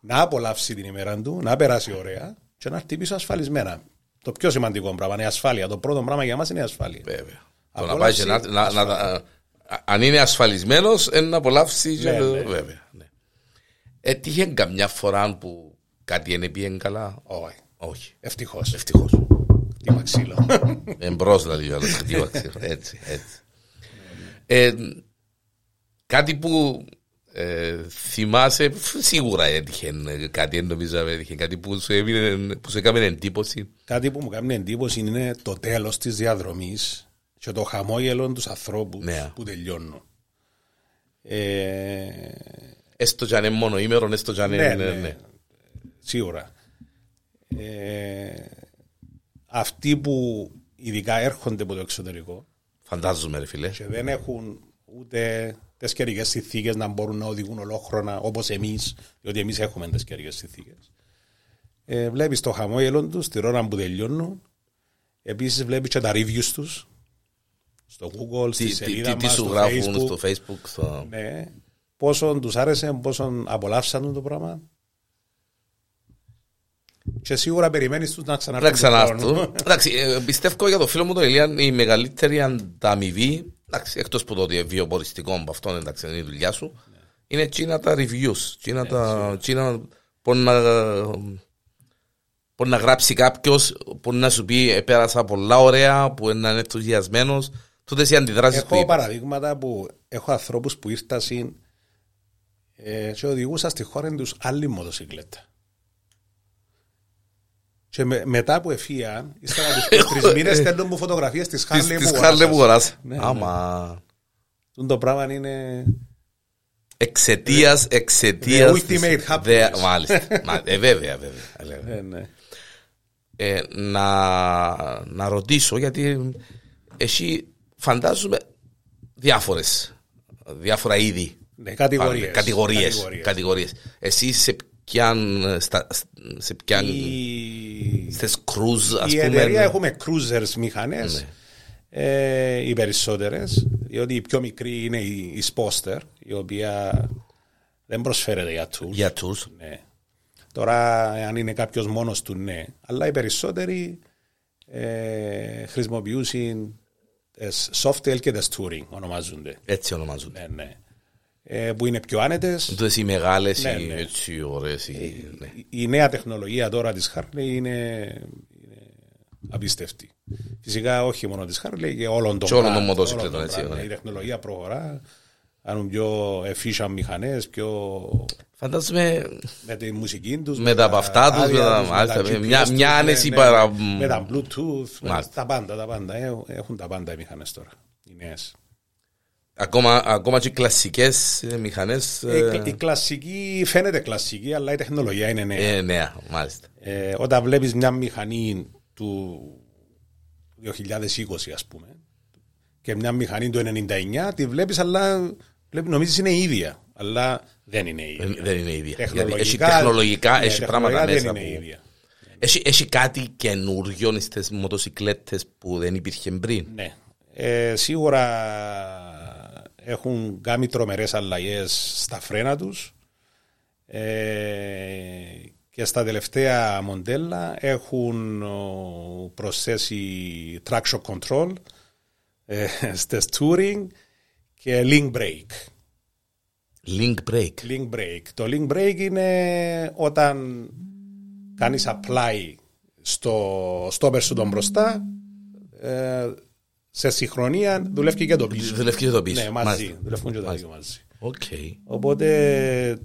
Speaker 2: να απολαύσεις την ημέρα του, να περάσει ωραία και να έρθει πίσω ασφαλισμένα. Το πιο σημαντικό πράγμα είναι η ασφάλεια. Το πρώτο πράγμα για μας είναι η ασφάλεια.
Speaker 1: Βέβαια. Το να πάει
Speaker 2: Απόλαυση,
Speaker 1: και να, να, να- α- αν είναι ασφαλισμένος, να απολαύσει. και
Speaker 2: Ναι,
Speaker 1: το-
Speaker 2: ναι.
Speaker 1: Βέβαια. Ναι. Έτυχε καμιά φορά που κάτι δεν πήγαινε καλά.
Speaker 2: Όχι.
Speaker 1: Όχι.
Speaker 2: Ευτυχώς.
Speaker 1: Ευτυχώς.
Speaker 2: Τι μαξίλο.
Speaker 1: Εμπρό δηλαδή, αλλά χτύπα, ξέρω. Έτσι, έτσι. Ε, κάτι που ε, θυμάσαι, φ, σίγουρα έτυχε ε, κάτι, δεν νομίζω να έτυχε κάτι που σου, έμεινε, που σου έκανε εντύπωση.
Speaker 2: Κάτι που μου κάνει εντύπωση είναι το τέλος της διαδρομής και το χαμόγελο τους ανθρώπους
Speaker 1: Ναι.
Speaker 2: που τελειώνουν. Ε,
Speaker 1: Έστω κι αν είναι μόνο ημέρο, έστω κι αν
Speaker 2: ναι,
Speaker 1: είναι.
Speaker 2: ναι,
Speaker 1: ναι.
Speaker 2: σίγουρα. Ε, αυτοί που ειδικά έρχονται από το εξωτερικό
Speaker 1: Φαντάζομαι, ρε φίλε.
Speaker 2: και δεν έχουν ούτε τις καιρικές συνθήκες να μπορούν να οδηγούν ολόχρονα όπως εμείς, διότι εμείς έχουμε τις καιρικές συνθήκες. Ε, βλέπεις το χαμόγελο τους την ώρα που τελειώνουν. Επίσης βλέπεις και τα reviews τους στο Google, στη
Speaker 1: Τι, τι,
Speaker 2: σελίδα
Speaker 1: τι, τι
Speaker 2: μας,
Speaker 1: σου
Speaker 2: στο
Speaker 1: γράφουν
Speaker 2: Facebook.
Speaker 1: στο Facebook. Στο...
Speaker 2: Ναι. Πόσον τους άρεσε, πόσον απολαύσαν το πράγμα. Και σίγουρα περιμένεις τους να ξαναρθούν.
Speaker 1: Να
Speaker 2: του
Speaker 1: ξανάρθω.
Speaker 2: χρόνου.
Speaker 1: Εντάξει, ε, πιστεύω για το φίλο μου τον Ηλία η μεγαλύτερη ανταμοιβή, εντάξει, εκτός που το ότι είναι βιοποριστικό από αυτόν, εντάξει, είναι η δουλειά σου,
Speaker 2: Ναι.
Speaker 1: είναι εκείνα τα reviews, εκείνα τα, εκείνα που να, που να γράψει κάποιος, που να σου πει «Ε, πέρασα πολλά ωραία, που να είναι ενθουσιασμένος, τούτες οι αντιδράσεις που
Speaker 2: Έχω
Speaker 1: είπα.
Speaker 2: παραδείγματα που έχω ανθρώπους που ήρθαν ε, και οδηγούσαν στη χώρα τους άλλη μοτοσυκλέτα. Και με, μετά που εφύγαν, ύστερα από τους τρεις μήνε, στέλνουν μου φωτογραφίες
Speaker 1: Ε,
Speaker 2: τη
Speaker 1: Της-
Speaker 2: Χάρλε
Speaker 1: Της
Speaker 2: που
Speaker 1: Χάρλε
Speaker 2: αγόρασες.
Speaker 1: Μπουγοράς.
Speaker 2: Ναι, ναι.
Speaker 1: Άμα.
Speaker 2: Τούτο Το πράγμα είναι.
Speaker 1: Εξαιτίας, εξαιτίας.
Speaker 2: The Ναι. ultimate
Speaker 1: της-
Speaker 2: happiness.
Speaker 1: Δε- Μάλιστα. Μα- ε, Βέβαια, βέβαια.
Speaker 2: Ε, ναι.
Speaker 1: ε, να, να ρωτήσω γιατί εσύ φαντάζομαι διάφορες, διάφορα είδη
Speaker 2: Ναι, κατηγορίες.
Speaker 1: κατηγορίες, κατηγορίες. Εσύ σε πιάν, στα, σε πιάν
Speaker 2: Η,
Speaker 1: στις κρούζ ας
Speaker 2: η
Speaker 1: πούμε ναι.
Speaker 2: εταιρεία έχουμε cruisers μηχανέ. οι περισσότερες. ε, Διότι η πιο μικρή είναι η, η Sposter, η οποία δεν προσφέρεται για tour.
Speaker 1: Για τους.
Speaker 2: Ναι. Τώρα, αν είναι κάποιος μόνος του, ναι. Αλλά οι περισσότεροι ε, χρησιμοποιούσαν τι softail και τι touring ονομάζονται.
Speaker 1: Έτσι ονομάζονται.
Speaker 2: Ναι, ναι. Ε, που είναι πιο άνετες.
Speaker 1: Τούτες οι μεγάλες,
Speaker 2: Ναι, Ε,
Speaker 1: οι
Speaker 2: ναι.
Speaker 1: έτσι ωραίες. οι- ναι.
Speaker 2: Η- Η νέα τεχνολογία τώρα της Harley είναι, είναι απίστευτη. Φυσικά όχι μόνο της Harley και όλων των
Speaker 1: Και όλων
Speaker 2: brand,
Speaker 1: των μοτοσυκλετών,
Speaker 2: όλων των
Speaker 1: έτσι,
Speaker 2: brand.
Speaker 1: ναι.
Speaker 2: Η τεχνολογία προχωρά. Κάνουν πιο efficient μηχανές, πιο
Speaker 1: Φαντάζομαι
Speaker 2: με τη μουσική τους.
Speaker 1: Με τα παυτά τους, με τα- μάλιστα, μια- μια άνεση παρα-
Speaker 2: ναι, Με τα Bluetooth, με
Speaker 1: Μάλιστα.
Speaker 2: τα πάντα, τα πάντα. Ε, Έχουν τα πάντα οι μηχανές τώρα. Οι νέες.
Speaker 1: ακόμα, ακόμα και οι κλασικές ε, μηχανές
Speaker 2: Ε, η
Speaker 1: ε,
Speaker 2: κλα- Η κλασική φαίνεται κλασική, αλλά η τεχνολογία είναι νέα.
Speaker 1: ε, νέα, μάλιστα.
Speaker 2: Ε, όταν βλέπεις μια μηχανή του 2020 ας πούμε και μια μηχανή του 99 τη βλέπεις αλλά βλέπεις, νομίζεις είναι η ίδια αλλά δεν είναι η ίδια.
Speaker 1: Δεν- δεν είναι η ίδια. Ε, Γιατί
Speaker 2: Τεχνολογικά-
Speaker 1: έχει τεχνολογικά,
Speaker 2: ναι,
Speaker 1: έχει πράγματα μέσα
Speaker 2: τεχνολογικά δεν είναι η
Speaker 1: που...
Speaker 2: ίδια.
Speaker 1: Έχει, έχει κάτι καινούριο στις μοτοσυκλέτες που δεν υπήρχε πριν.
Speaker 2: Ναι. Ε, σίγουρα έχουν κάνει τρομερές αλλαγές στα φρένα τους ε, και στα τελευταία μοντέλα έχουν ο, προσθέσει traction control ε, στις touring και link brake.
Speaker 1: Link break.
Speaker 2: Link break. Το link break είναι όταν κάνεις apply στο stopper σου τον μπροστά ε, σε συγχρονία δουλεύει και το πίσω.
Speaker 1: Δουλεύει και το πίσω.
Speaker 2: Ναι, μαζί.
Speaker 1: Μάλιστα.
Speaker 2: Δουλεύουν και τα δύο μαζί.
Speaker 1: Οκ.
Speaker 2: Οπότε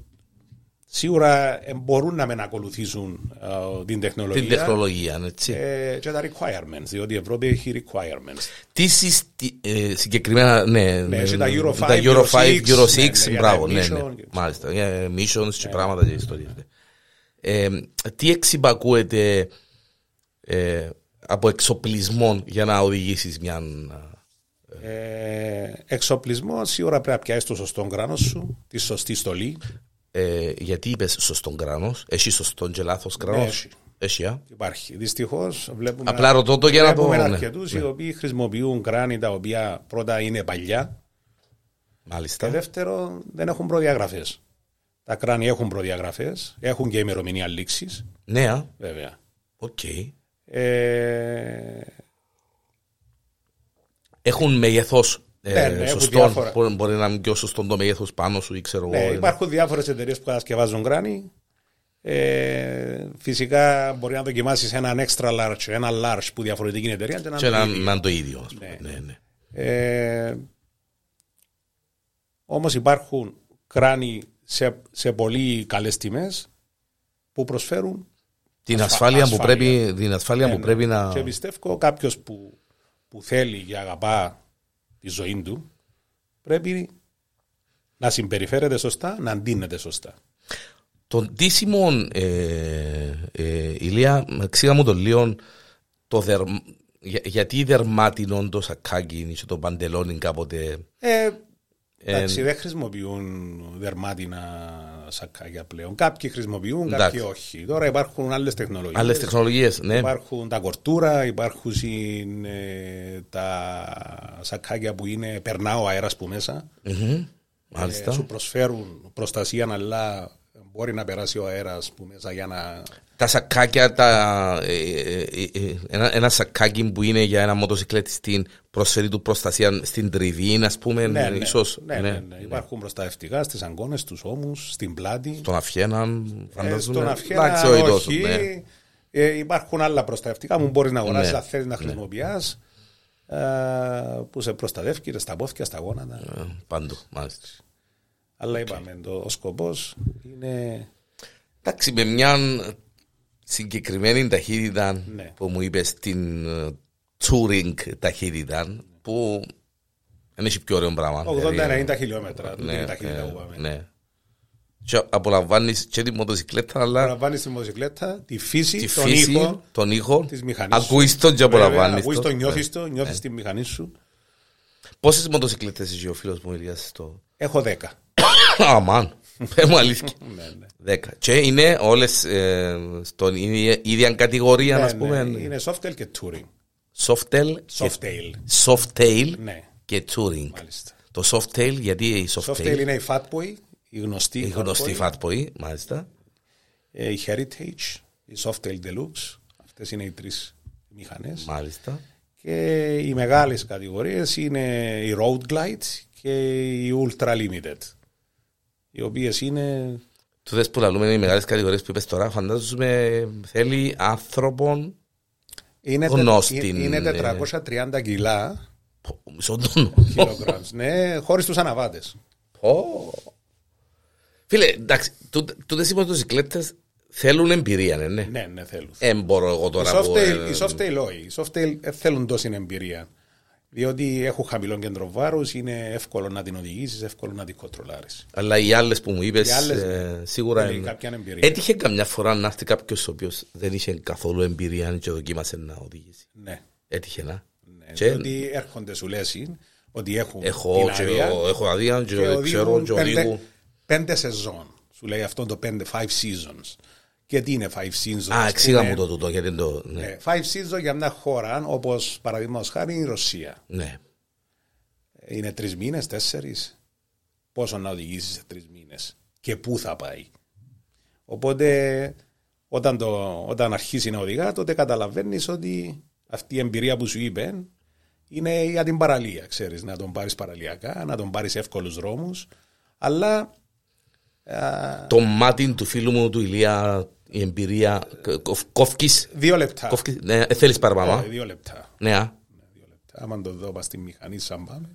Speaker 2: σίγουρα ε, μπορούν να μεν ακολουθήσουν ε, την τεχνολογία.
Speaker 1: Την τεχνολογία, έτσι.
Speaker 2: ε, και τα requirements, διότι η Ευρώπη έχει requirements.
Speaker 1: Τι συστη... ε, συγκεκριμένα, ναι,
Speaker 2: Ναι, έχει τα Euro
Speaker 1: τα
Speaker 2: 5,
Speaker 1: Euro 5,
Speaker 2: Euro 6,
Speaker 1: Euro 6,
Speaker 2: ναι, ναι,
Speaker 1: μπράβο,
Speaker 2: για
Speaker 1: ναι,
Speaker 2: τα
Speaker 1: ναι,
Speaker 2: emission και-
Speaker 1: μάλιστα, για missions και πράγματα και ιστορίες. ναι. Ε, τι εξυπακούεται ε, από εξοπλισμό για να οδηγήσεις μια...
Speaker 2: Ε, εξοπλισμό, σίγουρα πρέπει να πιάσεις το σωστό κράνος σου, τη σωστή στολή.
Speaker 1: Ε, γιατί είπες σωστόν κράνος, έχει σωστόν και λάθος κράνος.
Speaker 2: έχει.
Speaker 1: Έχει, α.
Speaker 2: Υπάρχει. Δυστυχώς βλέπουμε.
Speaker 1: Απλά ρωτώ το για να το...
Speaker 2: Βλέπουμε
Speaker 1: ναι,
Speaker 2: αρκετούς οι οποίοι χρησιμοποιούν κράνη τα οποία πρώτα είναι παλιά και
Speaker 1: Μάλιστα.
Speaker 2: δεύτερο δεν έχουν προδιαγραφές. Τα κράνη έχουν προδιαγραφές, έχουν και ημερομηνία λήξης,
Speaker 1: Ναι, α.
Speaker 2: βέβαια.
Speaker 1: Οκ.
Speaker 2: Ε,
Speaker 1: Έχουν μεγεθός. Ε,
Speaker 2: Ναι, ναι, έχουν
Speaker 1: σωστόν.
Speaker 2: διάφορα.
Speaker 1: Μπορεί, μπορεί να είναι πιο σωστό το μέγεθος πάνω σου ή ξέρω
Speaker 2: ναι,
Speaker 1: εγώ, ένα-
Speaker 2: υπάρχουν διάφορες εταιρείες που κατασκευάζουν κράνη. Ε, φυσικά μπορεί να δοκιμάσεις έναν extra large, ένα large που διαφορετική είναι η εταιρεία. Και να
Speaker 1: Και
Speaker 2: το
Speaker 1: να,
Speaker 2: ίδιο.
Speaker 1: να είναι το ίδιο. ας πούμε.
Speaker 2: Ναι.
Speaker 1: Ναι, ναι.
Speaker 2: Ε, όμως υπάρχουν κράνη σε, σε πολύ καλές τιμές που προσφέρουν
Speaker 1: Την
Speaker 2: Ασφα-
Speaker 1: ασφάλεια, που
Speaker 2: ασφάλεια. Ναι,
Speaker 1: πρέπει, την ασφάλεια που πρέπει να.
Speaker 2: και πιστεύω κάποιος που, που θέλει και αγαπά τη ζωή του πρέπει να συμπεριφέρεται σωστά, να αντίνεται σωστά.
Speaker 1: Το ντύσιμο, ε, ε, Ηλία, ξύλα μου το λίγο, το δερμ... για- γιατί δερμάτινο το σακάκι και το παντελόνι κάποτε.
Speaker 2: Ε, εντάξει, δεν χρησιμοποιούν δερμάτινα σακάκια πλέον. Κάποιοι χρησιμοποιούν, κάποιοι
Speaker 1: Εντάξει.
Speaker 2: όχι. Τώρα υπάρχουν άλλες τεχνολογίες.
Speaker 1: Άλλες τεχνολογίες, ναι.
Speaker 2: Υπάρχουν τα κορτούρα, υπάρχουν ε, τα σακάκια που είναι, περνά ο αέρας που μέσα.
Speaker 1: Μμμ.
Speaker 2: Ε,
Speaker 1: Μάλιστα.
Speaker 2: σου προσφέρουν προστασία, αλλά μπορεί να περάσει ο αέρας που μέσα για να...
Speaker 1: Τα σακάκια, τα, ε, ε, ε, ε, ένα, ένα σακάκι που είναι για ένα μοτοσυκλέτη προσφέρει του προστασία στην τριβή, ας πούμε, ίσως,
Speaker 2: ναι, ναι, ναι. Υπάρχουν προστατευτικά στις αγκώνες, στους ώμους, στην πλάτη.
Speaker 1: Στον αφιέναν,
Speaker 2: Ε,
Speaker 1: φαντάζομαι.
Speaker 2: στον αυχένα,
Speaker 1: Εντάξει, όχι τόσο,
Speaker 2: όχι.
Speaker 1: ναι.
Speaker 2: Ε, υπάρχουν άλλα προστατευτικά που μπορείς να αγοράσεις,
Speaker 1: Ναι.
Speaker 2: αν θέλεις να χρησιμοποιάς. ε, που σε προστατεύει στα πόθηκια, στα γόνατα.
Speaker 1: Ε, Παντού, μάλιστα.
Speaker 2: Αλλά είπαμε, το, ο σκοπός είναι
Speaker 1: Εντάξει, με μια συγκεκριμένη ταχύτητα
Speaker 2: Ναι.
Speaker 1: που μου είπες την ε, touring ταχύτητα που δεν έχει πιο ωραίο πράγμα. Δηλαδή,
Speaker 2: 80-90 χιλιόμετρα. Τούτη
Speaker 1: ναι,
Speaker 2: είναι η ταχύτητα
Speaker 1: ε,
Speaker 2: που πάμε.
Speaker 1: ναι. Και απολαμβάνεις και τη μοτοσυκλέτα, αλλά
Speaker 2: Παραβάνει τη μοτοσυκλέτα, τη φύση,
Speaker 1: τη
Speaker 2: τον
Speaker 1: φύση,
Speaker 2: ήχο.
Speaker 1: τον ήχο,
Speaker 2: της μηχανής σου.
Speaker 1: ακούεις τον και απολαμβάνεις
Speaker 2: Ακούει το,
Speaker 1: τον.
Speaker 2: νιώθεις το,
Speaker 1: Ναι.
Speaker 2: νιώθει τη μηχανή σου.
Speaker 1: Πόσες μοτοσυκλέτες είχε ο φίλος μου Ηλίας στο...
Speaker 2: Έχω 10.
Speaker 1: Αμάν, πες μου αλήθεια.
Speaker 2: Ναι, ναι.
Speaker 1: Δέκα. Και είναι όλες ε, στον ίδια- ίδια κατηγορία,
Speaker 2: Ναι,
Speaker 1: ας
Speaker 2: ναι.
Speaker 1: πούμε.
Speaker 2: Είναι softail και touring.
Speaker 1: Softail,
Speaker 2: Softail.
Speaker 1: Softail
Speaker 2: Ναι.
Speaker 1: και Touring.
Speaker 2: Μάλιστα.
Speaker 1: Το soft tail, γιατί η soft
Speaker 2: Softail
Speaker 1: tail.
Speaker 2: είναι η Fatboy, η γνωστή.
Speaker 1: Η γνωστή
Speaker 2: Fatboy,
Speaker 1: fat boy, μάλιστα.
Speaker 2: ε, η Heritage, η Softail Deluxe. Αυτές είναι οι τρεις μηχανές.
Speaker 1: Μάλιστα.
Speaker 2: Και οι μεγάλες κατηγορίες είναι η Road Glide και η Ultra Limited. Οι οποίες είναι
Speaker 1: Του δες που λαλούμε είναι οι μεγάλες κατηγορίες που είπες τώρα, φαντάζομαι θέλει άνθρωπον
Speaker 2: είναι, τε-
Speaker 1: Γνώστην,
Speaker 2: είναι
Speaker 1: ε.
Speaker 2: 430 κιλά
Speaker 1: Πω, μισό τόνο.
Speaker 2: kilograms. ναι, χωρίς τους αναβάτες.
Speaker 1: Πω. Φίλε, εντάξει, τούτε- τούτες οι μοτοσυκλέτες θέλουν εμπειρία, ναι, ναι.
Speaker 2: Ναι, ναι, θέλουν.
Speaker 1: Ε, μπορώ εγώ
Speaker 2: Η
Speaker 1: τώρα που...
Speaker 2: Softail,
Speaker 1: ε,
Speaker 2: η Softail όχι. Οι Softail ε, θέλουν τόση εμπειρία. Διότι έχουν χαμηλό κέντρο βάρους, είναι εύκολο να την οδηγήσεις, εύκολο να την κοτρολάρει.
Speaker 1: Αλλά οι άλλες που μου είπες,
Speaker 2: Οι άλλες, ναι.
Speaker 1: σίγουρα
Speaker 2: Θέλει
Speaker 1: είναι.
Speaker 2: κάποια εμπειρία.
Speaker 1: Έτυχε καμιά φορά να έρθει κάποιος ο οποίος δεν είχε καθόλου εμπειρία και δοκίμασε να οδηγήσει.
Speaker 2: Ναι.
Speaker 1: Έτυχε να.
Speaker 2: ναι.
Speaker 1: Και
Speaker 2: Διότι έρχονται σου λες ότι έχουν
Speaker 1: έχω,
Speaker 2: την
Speaker 1: και
Speaker 2: άδεια
Speaker 1: ο- έχω αδεία και,
Speaker 2: και
Speaker 1: ο- ξέρω
Speaker 2: οδηγούν
Speaker 1: και
Speaker 2: πέντε-
Speaker 1: οδηγού.
Speaker 2: Πέντε σεζόν. Σου λέει αυτό το πέντε, five seasons. Και τι είναι five seasons.
Speaker 1: Α,
Speaker 2: ας
Speaker 1: εξήγα
Speaker 2: πούμε.
Speaker 1: μου το τούτο γιατί δεν το... Ναι.
Speaker 2: Ναι, Five seasons για μια χώρα, όπως παραδείγματος χάρη η Ρωσία.
Speaker 1: ναι.
Speaker 2: Είναι τρεις μήνες, τέσσερις. Πόσο να οδηγήσεις σε τρεις μήνες και πού θα πάει. Οπότε όταν, το, όταν αρχίσει να οδηγά, τότε καταλαβαίνεις ότι αυτή η εμπειρία που σου είπε είναι για την παραλία. Ξέρεις, να τον πάρεις παραλιακά, να τον πάρεις εύκολους δρόμους. Αλλά α,
Speaker 1: Το μάτι του φίλου μου, του Ηλία, η εμπειρία... Κόφκι.
Speaker 2: δύο λεπτά.
Speaker 1: Ναι, θέλεις παραπάνω.
Speaker 2: Ε,
Speaker 1: α?
Speaker 2: δύο λεπτά.
Speaker 1: Ναι, α.
Speaker 2: Δύο λεπτά. Άμα το δω πας στη μηχανή, σαν πάμε,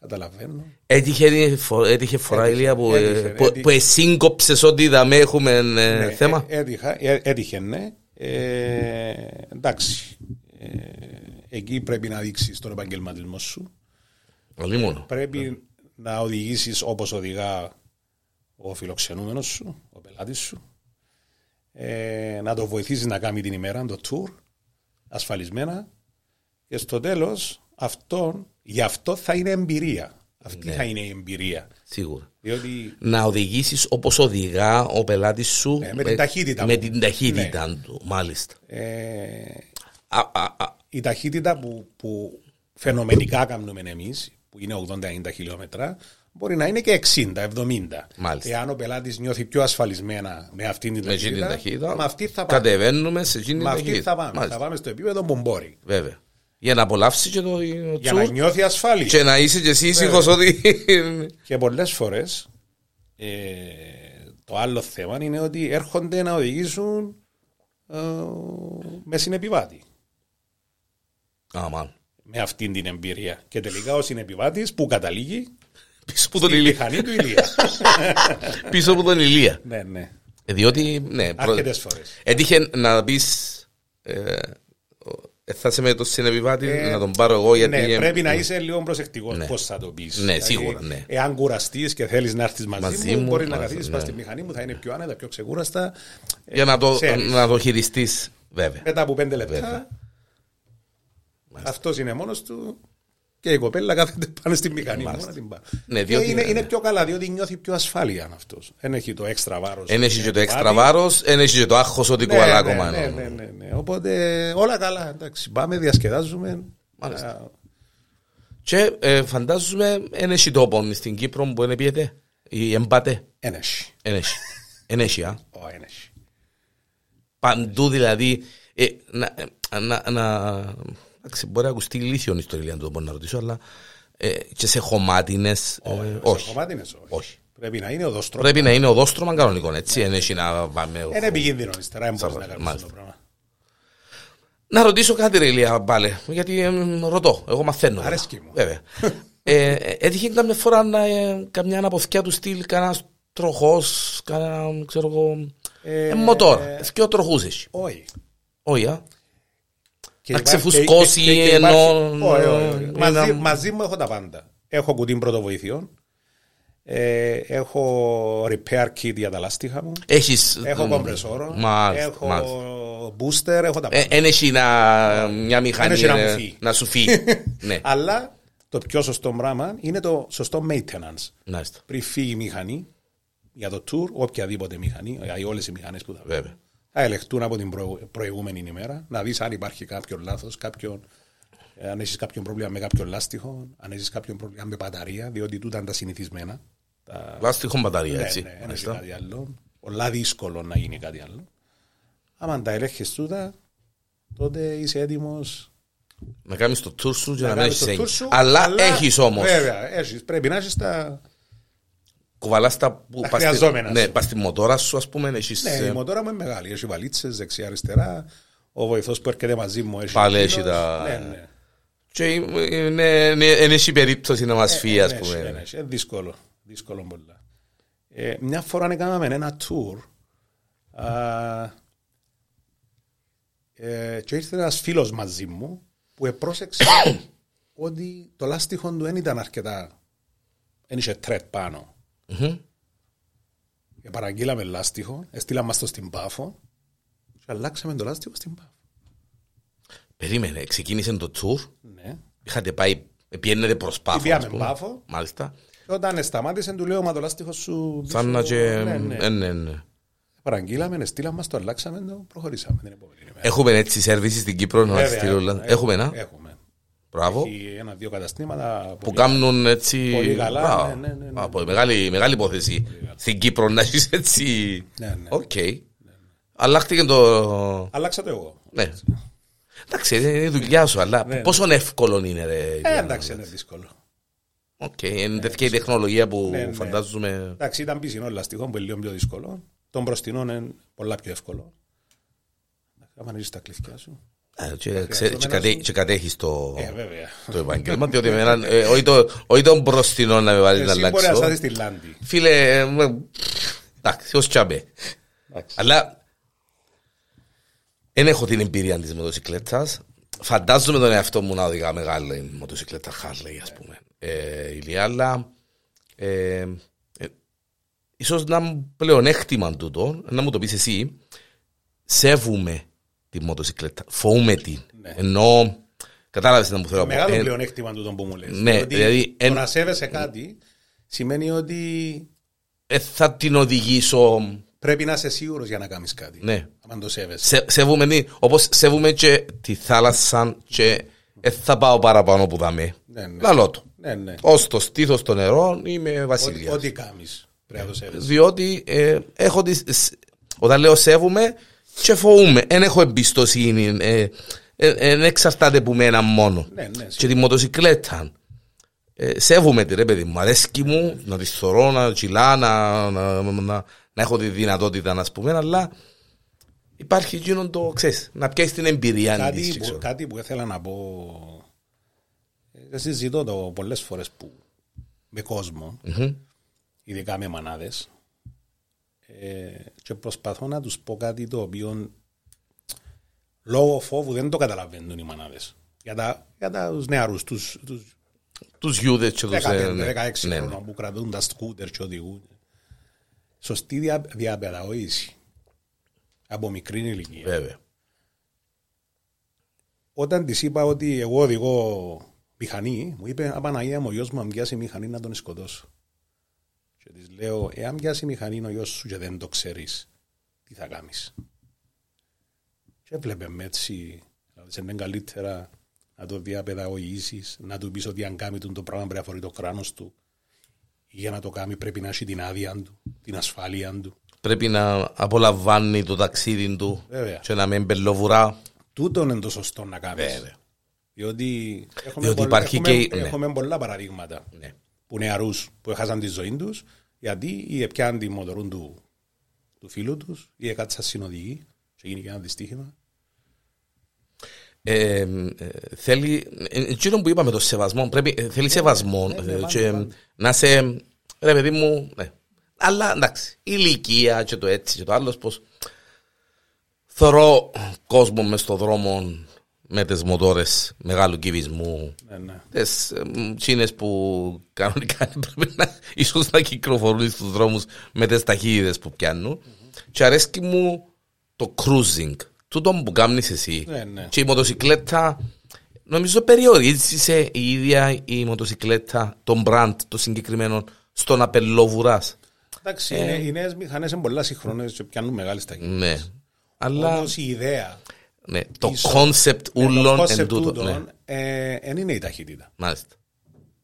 Speaker 2: καταλαβαίνω.
Speaker 1: Έτυχε, φο- έτυχε φορά ηλία που, ε,
Speaker 2: έτυχε,
Speaker 1: που,
Speaker 2: έτυχε.
Speaker 1: που εσύγκοψες ότι είδαμε έχουμε ε,
Speaker 2: Ναι,
Speaker 1: θέμα.
Speaker 2: ε, έτυχα- ε, έτυχε, ναι. Ε, εντάξει. Ε, εκεί πρέπει να δείξεις τον επαγγελματισμό σου. ε,
Speaker 1: Πολύ μόνο.
Speaker 2: Πρέπει να οδηγήσεις όπως οδηγά ο φιλοξενούμενος σου, ο πελάτης σου. Ε, να το βοηθήσεις να κάνει την ημέρα, το tour, ασφαλισμένα. Και στο τέλος, αυτό, γι' αυτό θα είναι εμπειρία. Αυτή
Speaker 1: Ναι.
Speaker 2: θα είναι η εμπειρία.
Speaker 1: Σίγουρα.
Speaker 2: Διότι
Speaker 1: να οδηγήσεις όπως οδηγά ο πελάτης σου. ε,
Speaker 2: Ναι, με την ταχύτητα Ναι.
Speaker 1: με
Speaker 2: του.
Speaker 1: την ταχύτητα του, μάλιστα.
Speaker 2: ε,
Speaker 1: Α, α, α,
Speaker 2: η ταχύτητα που, που φαινομενικά κάνουμε εμείς, που είναι 80-90 χιλιόμετρα, μπορεί να είναι και 60-70.
Speaker 1: Μάλιστα.
Speaker 2: Εάν ο πελάτης νιώθει πιο ασφαλισμένα με αυτήν την
Speaker 1: με εκείνη την
Speaker 2: ταχύτητα,
Speaker 1: ταχύτητα.
Speaker 2: με αυτή θα πάμε.
Speaker 1: Κατεβαίνουμε σε εκείνη
Speaker 2: Με
Speaker 1: την
Speaker 2: αυτή
Speaker 1: ταχύτητα.
Speaker 2: θα πάμε.
Speaker 1: Μάλιστα.
Speaker 2: Θα πάμε στο επίπεδο που μπορεί.
Speaker 1: Βέβαια. Για να απολαύσει και το
Speaker 2: Για να
Speaker 1: τσουρ
Speaker 2: νιώθει ασφάλεια.
Speaker 1: και να είσαι και εσύ ήσυχος ότι.
Speaker 2: Και πολλές φορές το άλλο θέμα είναι ότι έρχονται να οδηγήσουν ε, με συνεπιβάτη.
Speaker 1: Αμάν.
Speaker 2: Με αυτήν την εμπειρία. Και τελικά ο συνεπιβάτης που καταλήγει
Speaker 1: Πίσω από τον
Speaker 2: στη
Speaker 1: Ηλία.
Speaker 2: μηχανή του ηλία.
Speaker 1: Πίσω από τον Ηλία.
Speaker 2: ναι, ναι.
Speaker 1: Ε, Διότι, ναι, προ-
Speaker 2: Αρκετές φορές.
Speaker 1: έτυχε να ε, πει. Έθασε με τον συνεπιβάτη να τον πάρω εγώ γιατί.
Speaker 2: Ε, Ναι,
Speaker 1: ε,
Speaker 2: πρέπει να είσαι λίγο προσεκτικός
Speaker 1: Ναι.
Speaker 2: πώς θα το πεις.
Speaker 1: Ναι, σίγουρα, ναι.
Speaker 2: Εάν κουραστείς και θέλεις να έρθεις μαζί,
Speaker 1: Μαζί
Speaker 2: μου,
Speaker 1: μου,
Speaker 2: μπορεί να
Speaker 1: μαζί,
Speaker 2: καθίσεις
Speaker 1: ναι.
Speaker 2: στη μηχανή μου, θα είναι πιο άνετα, πιο ξεκούραστα.
Speaker 1: Για να το,
Speaker 2: Ε, Ξέρεις.
Speaker 1: να το χειριστείς, βέβαια.
Speaker 2: Μετά από πέντε λεπτά,
Speaker 1: Βέβαια.
Speaker 2: αυτός είναι μόνος του και η κοπέλα κάθεται πάνω στη μηχανή μου. να την πάρω.
Speaker 1: Ναι,
Speaker 2: Και
Speaker 1: διότι-
Speaker 2: είναι,
Speaker 1: ναι.
Speaker 2: είναι πιο καλά, διότι νιώθει πιο ασφάλεια αυτό. Δεν έχει το έξτρα βάρος.
Speaker 1: Εν έχει και το έξτρα βάρος, εν έχει και το άγχος ότι κουβαλά ακόμα.
Speaker 2: Ναι, ναι, ναι, ναι. Οπότε όλα καλά. Εντάξει, πάμε, διασκεδάζουμε.
Speaker 1: Μάλιστα.
Speaker 2: Α,
Speaker 1: Και ε, φαντάζομαι εν έχει τόπο στην Κύπρο που είναι πιέτε ή εμπάτε.
Speaker 2: Ένεση.
Speaker 1: Εν έχει. Εν έχει, α.
Speaker 2: Ω, ένεση.
Speaker 1: Παντού δηλαδή. ε, να, ε, να, να, εντάξει, μπορεί να ακουστεί λύθιο η ιστορία να το πω να ρωτήσω, αλλά ε, και σε χωμάτινες. Ε,
Speaker 2: Σε
Speaker 1: όχι.
Speaker 2: κομμάτινες, όχι.
Speaker 1: όχι.
Speaker 2: Πρέπει να είναι ο δόστρο.
Speaker 1: Πρέπει να είναι οδόστρωμα κανονικό, έτσι. Εν έχει να πάμε.
Speaker 2: Ε, Είναι επικίνδυνο ύστερα, δεν μπορείς
Speaker 1: Σαφώς,
Speaker 2: να κάνεις αυτό
Speaker 1: μάλιστα.
Speaker 2: το πράγμα.
Speaker 1: Να ρωτήσω κάτι, ρε Ηλία, πάλι. Γιατί εμ, ρωτώ, εγώ μαθαίνω.
Speaker 2: Αρέσκει μου.
Speaker 1: Βέβαια. ε, ε, έτυχε καμιά φορά να, ε, καμιά αναποθιά του στυλ, κανένας τροχός, κανένα, ξέρω εγώ. Ε, μοτόρ. Δυο τροχούς έχει.
Speaker 2: Όχι.
Speaker 1: Όχι, α.
Speaker 2: Και
Speaker 1: Να
Speaker 2: υπάρχει-
Speaker 1: ξεφουσκώσει,
Speaker 2: και- και- και υπάρχει-
Speaker 1: ενώ-
Speaker 2: Όχι, όχι, όχι.
Speaker 1: ένα-
Speaker 2: Μαζί- Μαζί μου έχω τα πάντα. Έχω κουτί πρωτοβοηθειών. ε, Έχω repair kit για τα λάστιχα μου.
Speaker 1: Έχεις...
Speaker 2: Έχω
Speaker 1: μ,
Speaker 2: κομπρεσόρο.
Speaker 1: Μάλιστα. μάλιστα.
Speaker 2: Έχω booster. Έχω τα
Speaker 1: Ε,
Speaker 2: πάντα.
Speaker 1: εν έχει να, μια
Speaker 2: Εν
Speaker 1: μηχανή
Speaker 2: έχει να μου
Speaker 1: ε,
Speaker 2: φύγει.
Speaker 1: να σου φύγει. ναι,
Speaker 2: Αλλά το πιο σωστό πράγμα είναι το σωστό maintenance.
Speaker 1: να είστε.
Speaker 2: Πριν φύγει η μηχανή για το tour, οποιαδήποτε μηχανή, ή όλες οι μηχανές που θα
Speaker 1: Βέβαια.
Speaker 2: θα ελεγχτούν από την προ- προηγούμενη ημέρα, να δεις αν υπάρχει κάποιο λάθος, κάποιο Ε, αν έχεις κάποιο πρόβλημα με κάποιο λάστιχο, αν έχεις κάποιο πρόβλημα με μπαταρία, διότι τούτα είναι τα συνηθισμένα. Τα...
Speaker 1: Λάστιχο μπαταρία, έτσι.
Speaker 2: Ναι, ναι, δεν έχει
Speaker 1: Μάλιστα.
Speaker 2: κάτι άλλο. Πολλά δύσκολο να γίνει κάτι άλλο. Άμα τα ελέγχεις τούτα, τότε είσαι έτοιμος.
Speaker 1: Να κάνεις το tour σου και να μην έχει Αλλά έχεις όμως.
Speaker 2: Βέβαια, έχεις. Πρέπει να έχεις τα.
Speaker 1: Κουβαλάς τα που
Speaker 2: Τα
Speaker 1: πας στη-
Speaker 2: χρειαζόμενα
Speaker 1: Ναι,
Speaker 2: σου.
Speaker 1: πας στη μοτόρα σου, ας πούμε, ε, έχεις.
Speaker 2: Ναι, η μοτόρα μου είναι μεγάλη. Έχει βαλίτσες δεξιά-αριστερά. Ο βοηθός που έρχεται μαζί μου έχει.
Speaker 1: Πάλι
Speaker 2: εκείνος.
Speaker 1: έχει τα-
Speaker 2: Ναι, ναι.
Speaker 1: Και δεν έχει περίπτωση να μας φύγει, α
Speaker 2: Ε, ναι, ναι, ναι,
Speaker 1: πούμε.
Speaker 2: ναι, δύσκολο. Δύσκολο πολλά. Ε, μια φορά έκαναμε ένα tour α, ε, και ήρθε ένας φίλος μαζί μου που επρόσεξε ότι το λάστιχο του δεν ήταν αρκετά. Δεν είχε τρέτ πάνω. ναι.
Speaker 1: Μμμ.
Speaker 2: Ε, παραγγείλαμε λάστιχο, έστειλα μας το στην Πάφο και αλλάξαμε το λάστιχο στην Πάφο.
Speaker 1: Περίμενε, ξεκίνησε το tour.
Speaker 2: Ναι.
Speaker 1: Είχατε πάει, πιένετε προς πάφο.
Speaker 2: Πήγαμε
Speaker 1: ας πούμε.
Speaker 2: Πάφο.
Speaker 1: Μάλιστα.
Speaker 2: Και όταν σταμάτησε, του λέω, μα το λάστιχο σου...
Speaker 1: Σαν να
Speaker 2: δίσου-
Speaker 1: και.
Speaker 2: Ναι, ναι.
Speaker 1: ε, ναι, ναι.
Speaker 2: Παραγγείλαμε, στείλαμε μας το, αλλάξαμε το, προχωρήσαμε την επόμενη ημέρα.
Speaker 1: Έχουμε έτσι σερβίσεις στην Κύπρο να μας
Speaker 2: Βέβαια,
Speaker 1: στείλουν. όλα. Έχουμε ένα.
Speaker 2: Έχουμε.
Speaker 1: Μπράβο.
Speaker 2: Έχει ένα-δύο καταστήματα
Speaker 1: Που κάνουν έτσι.
Speaker 2: Πολύ καλά,
Speaker 1: Μπράβο.
Speaker 2: ναι, ναι, ναι, ναι.
Speaker 1: Α, πολύ μεγάλη, μεγάλη υπόθεση. Στην Κύπρο να έχεις έτσι.
Speaker 2: Ναι, ναι.
Speaker 1: Οκ. Αλλάχτηκε το.
Speaker 2: Αλλάξα το εγώ.
Speaker 1: Ναι. Εντάξει, είναι η δουλειά σου, αλλά
Speaker 2: Ναι, ναι.
Speaker 1: πόσο εύκολο είναι, ρε.
Speaker 2: Ε,
Speaker 1: Γιάννη.
Speaker 2: εντάξει, είναι δύσκολο.
Speaker 1: Οκ, είναι τέτοια η τεχνολογία
Speaker 2: Ναι, ναι.
Speaker 1: που φαντάζομαι.
Speaker 2: Εντάξει, ήταν πισινό λαστιχό που είναι λίγο πιο δύσκολο. Των προστινών είναι πολλά πιο εύκολο. Αν ανοίξει τα κλειφιά σου.
Speaker 1: Ε, και ξε-
Speaker 2: χρειαζόμενα
Speaker 1: Και κατέ-
Speaker 2: σου.
Speaker 1: και κατέχεις το.
Speaker 2: Ε, βέβαια.
Speaker 1: το επάγγελμα, διότι με έναν, ε, όχι το- όχι τον μπροστινό να με βάλεις να
Speaker 2: Ε, Εσύ μπορεί να
Speaker 1: αλλάξω.
Speaker 2: στάθεις στη Λάντη.
Speaker 1: Φίλε, ε, μ, εντάξει, ως τσάμπε. Αλλά δεν έχω την εμπειρία της μοτοσυκλέτας. Φαντάζομαι τον εαυτό μου να οδηγά μεγάλη μοτοσυκλέτα Harley, ας πούμε. Ε, ηλία, αλλά ε, ε, ίσως να μου πλεονέκτημα τούτο, να μου το πεις εσύ, σέβουμε τη μοτοσυκλέτα, φοβούμε την. Ενώ, κατάλαβες να μου θέλω να πω.
Speaker 2: Μεγάλο
Speaker 1: Ε,
Speaker 2: πλεονέκτημα του τον που μου λες.
Speaker 1: ναι,
Speaker 2: Ότι
Speaker 1: δηλαδή,
Speaker 2: Το
Speaker 1: εν-
Speaker 2: να σέβεσαι κάτι σημαίνει ότι
Speaker 1: ε, θα την οδηγήσω.
Speaker 2: πρέπει να είσαι σίγουρος για να κάνεις κάτι.
Speaker 1: Ναι.
Speaker 2: Αν το σέβεσαι.
Speaker 1: Σε, σεβούμε την, όπως σεβούμε και τη θάλασσα και ε, θα πάω παραπάνω που δαμε.
Speaker 2: Ναι, ναι.
Speaker 1: Λαλό το.
Speaker 2: Ναι, ναι.
Speaker 1: Ως το στήθος των νερών είμαι
Speaker 2: Ό,τι-
Speaker 1: βασιλιάς.
Speaker 2: Ό,τι κάνεις πρέπει να το σέβεσαι.
Speaker 1: Διότι ε, έχω τις, σ- όταν λέω σέβομαι και φοβούμαι. Δεν έχω εμπιστοσύνη. Δεν ε, ε, εν εξαρτάται που μένα μόνο.
Speaker 2: Ναι, ναι,
Speaker 1: και τη μοτοσυκλέτα. Ε, σέβομαι τη ρε παιδί μου, αρέσκει μου να τη θωρώ, να τσιλά, να, να, να, να έχω τη δυνατότητα να πούμε, αλλά υπάρχει εκείνο το, ξέρεις, να πιάσεις την εμπειρία της.
Speaker 2: κάτι,
Speaker 1: και
Speaker 2: που,
Speaker 1: ξέρω.
Speaker 2: κάτι που ήθελα να πω. ε, Συζητώ το πολλές φορές που με κόσμο,
Speaker 1: Μμμ.
Speaker 2: ειδικά με μανάδες, και προσπαθώ να τους πω κάτι το οποίο λόγω φόβου δεν το καταλαβαίνουν οι μανάδε. Για, τα, για τους νεαρούς, τους, τους
Speaker 1: Τους γιούδες και τους...
Speaker 2: 15-16
Speaker 1: ε, ναι. Ναι, ναι.
Speaker 2: χρόνων που κρατούν τα σκούτερ και οδηγούν. Σωστή δια, διαπαιδαγώγηση από μικρή ηλικία.
Speaker 1: ναι, Βέβαια.
Speaker 2: όταν της είπα ότι εγώ οδηγώ μηχανή, μου είπε Απαναγία μου, ο γιος μου, αν πιάσει μηχανή να τον σκοτώσω. Και της λέω, εάν πιάσει μηχανή ο γιος σου και δεν το ξέρεις, τι θα κάνεις. Και έβλεπε με έτσι, δηλαδή σε είναι καλύτερα να το διαπαιδαγωγήσεις, να του πεις ότι αν κάνει τον το πράγμα πρέπει να φορεί το κράνος του. Ή για να το κάνει πρέπει να έχει την άδεια του, την ασφάλεια του.
Speaker 1: Πρέπει να απολαμβάνει το ταξίδι του
Speaker 2: Βέβαια.
Speaker 1: και να μην μπελοβουρά.
Speaker 2: Τούτο είναι το σωστό να κάνεις.
Speaker 1: Βέβαια.
Speaker 2: Διότι έχουμε,
Speaker 1: Διότι
Speaker 2: πολλά,
Speaker 1: υπάρχει
Speaker 2: έχουμε,
Speaker 1: και- ναι.
Speaker 2: έχουμε πολλά παραδείγματα
Speaker 1: Ναι.
Speaker 2: που νεαρούς που έχασαν τη ζωή τους, γιατί ή έπιαν τη μοτορούν του, του φίλου τους, ή έκατσαν συνοδηγοί, και γίνει και ένα δυστύχημα.
Speaker 1: ε, ε, θέλει, ε, εκείνο που είπαμε το σεβασμό, πρέπει, ε, θέλει σεβασμό ε, και, ε, να σε, ρε παιδί μου, ναι. αλλά εντάξει, η ηλικία και το έτσι και το άλλος, πως θωρώ κόσμο μες στο δρόμο με τις μοτόρες μεγάλου κυβισμού,
Speaker 2: Ναι, ναι.
Speaker 1: τις ε, μ, τσίνες που κανονικά πρέπει να, ίσως να κυκλοφορούν στους δρόμους με τις ταχύτητες που πιανουν και αρέσκει μου το cruising τούτο που κάνεις εσύ
Speaker 2: Ναι, ναι.
Speaker 1: και η μοτοσυκλέτα νομίζω περιορίζει σε η ίδια η μοτοσυκλέτα τον brand το συγκεκριμένο στον απελόβουρας Ε,
Speaker 2: Εντάξει, είναι, οι νέες μηχανές είναι πολλά συγχρόνε και πιάνουν μεγάλες ταχύτητες.
Speaker 1: ναι αλλά
Speaker 2: Όμως η ιδέα
Speaker 1: Ναι, το
Speaker 2: Ίσως. ε,
Speaker 1: concept ούλων
Speaker 2: Το concept
Speaker 1: εν τούτο. Ναι,
Speaker 2: τούτων, ε, εν είναι η ταχύτητα.
Speaker 1: μάλιστα.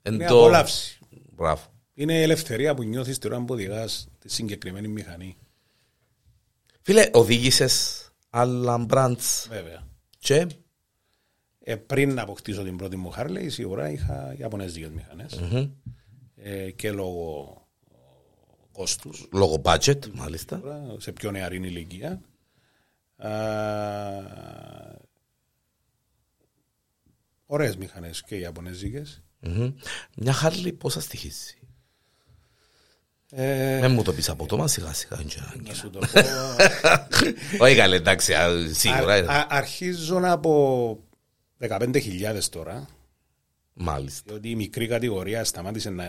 Speaker 1: Εν
Speaker 2: Είναι
Speaker 1: το-
Speaker 2: απολαύση.
Speaker 1: Μπράβο.
Speaker 2: Είναι η ελευθερία που νιώθεις την ώρα που οδηγάς τη συγκεκριμένη μηχανή.
Speaker 1: Φίλε, οδήγησες άλλα μπραντς
Speaker 2: Βέβαια.
Speaker 1: και
Speaker 2: Ε, πριν να αποκτήσω την πρώτη μου Harley, σίγουρα είχα Ιαπωνέζικες μηχανές. Ε, και λόγω κόστους,
Speaker 1: λόγω budget, μάλιστα.
Speaker 2: σίγουρα, σε πιο νεαρή ηλικία. Α, ωραίες μηχανές και οι Ιαπωνέζικες.
Speaker 1: Μμμ. Μια χάρλη πόσα στοιχίζει.
Speaker 2: Ε,
Speaker 1: Δεν μου το πεις από το μα σιγά σιγά. είναι και ανάγκη.
Speaker 2: να σου το πω,
Speaker 1: Όχι καλέ, εντάξει, α, σίγουρα.
Speaker 2: Α-
Speaker 1: είναι.
Speaker 2: α- αρχίζω από 15.000 τώρα,
Speaker 1: Μάλιστα.
Speaker 2: διότι η μικρή κατηγορία σταμάτησε να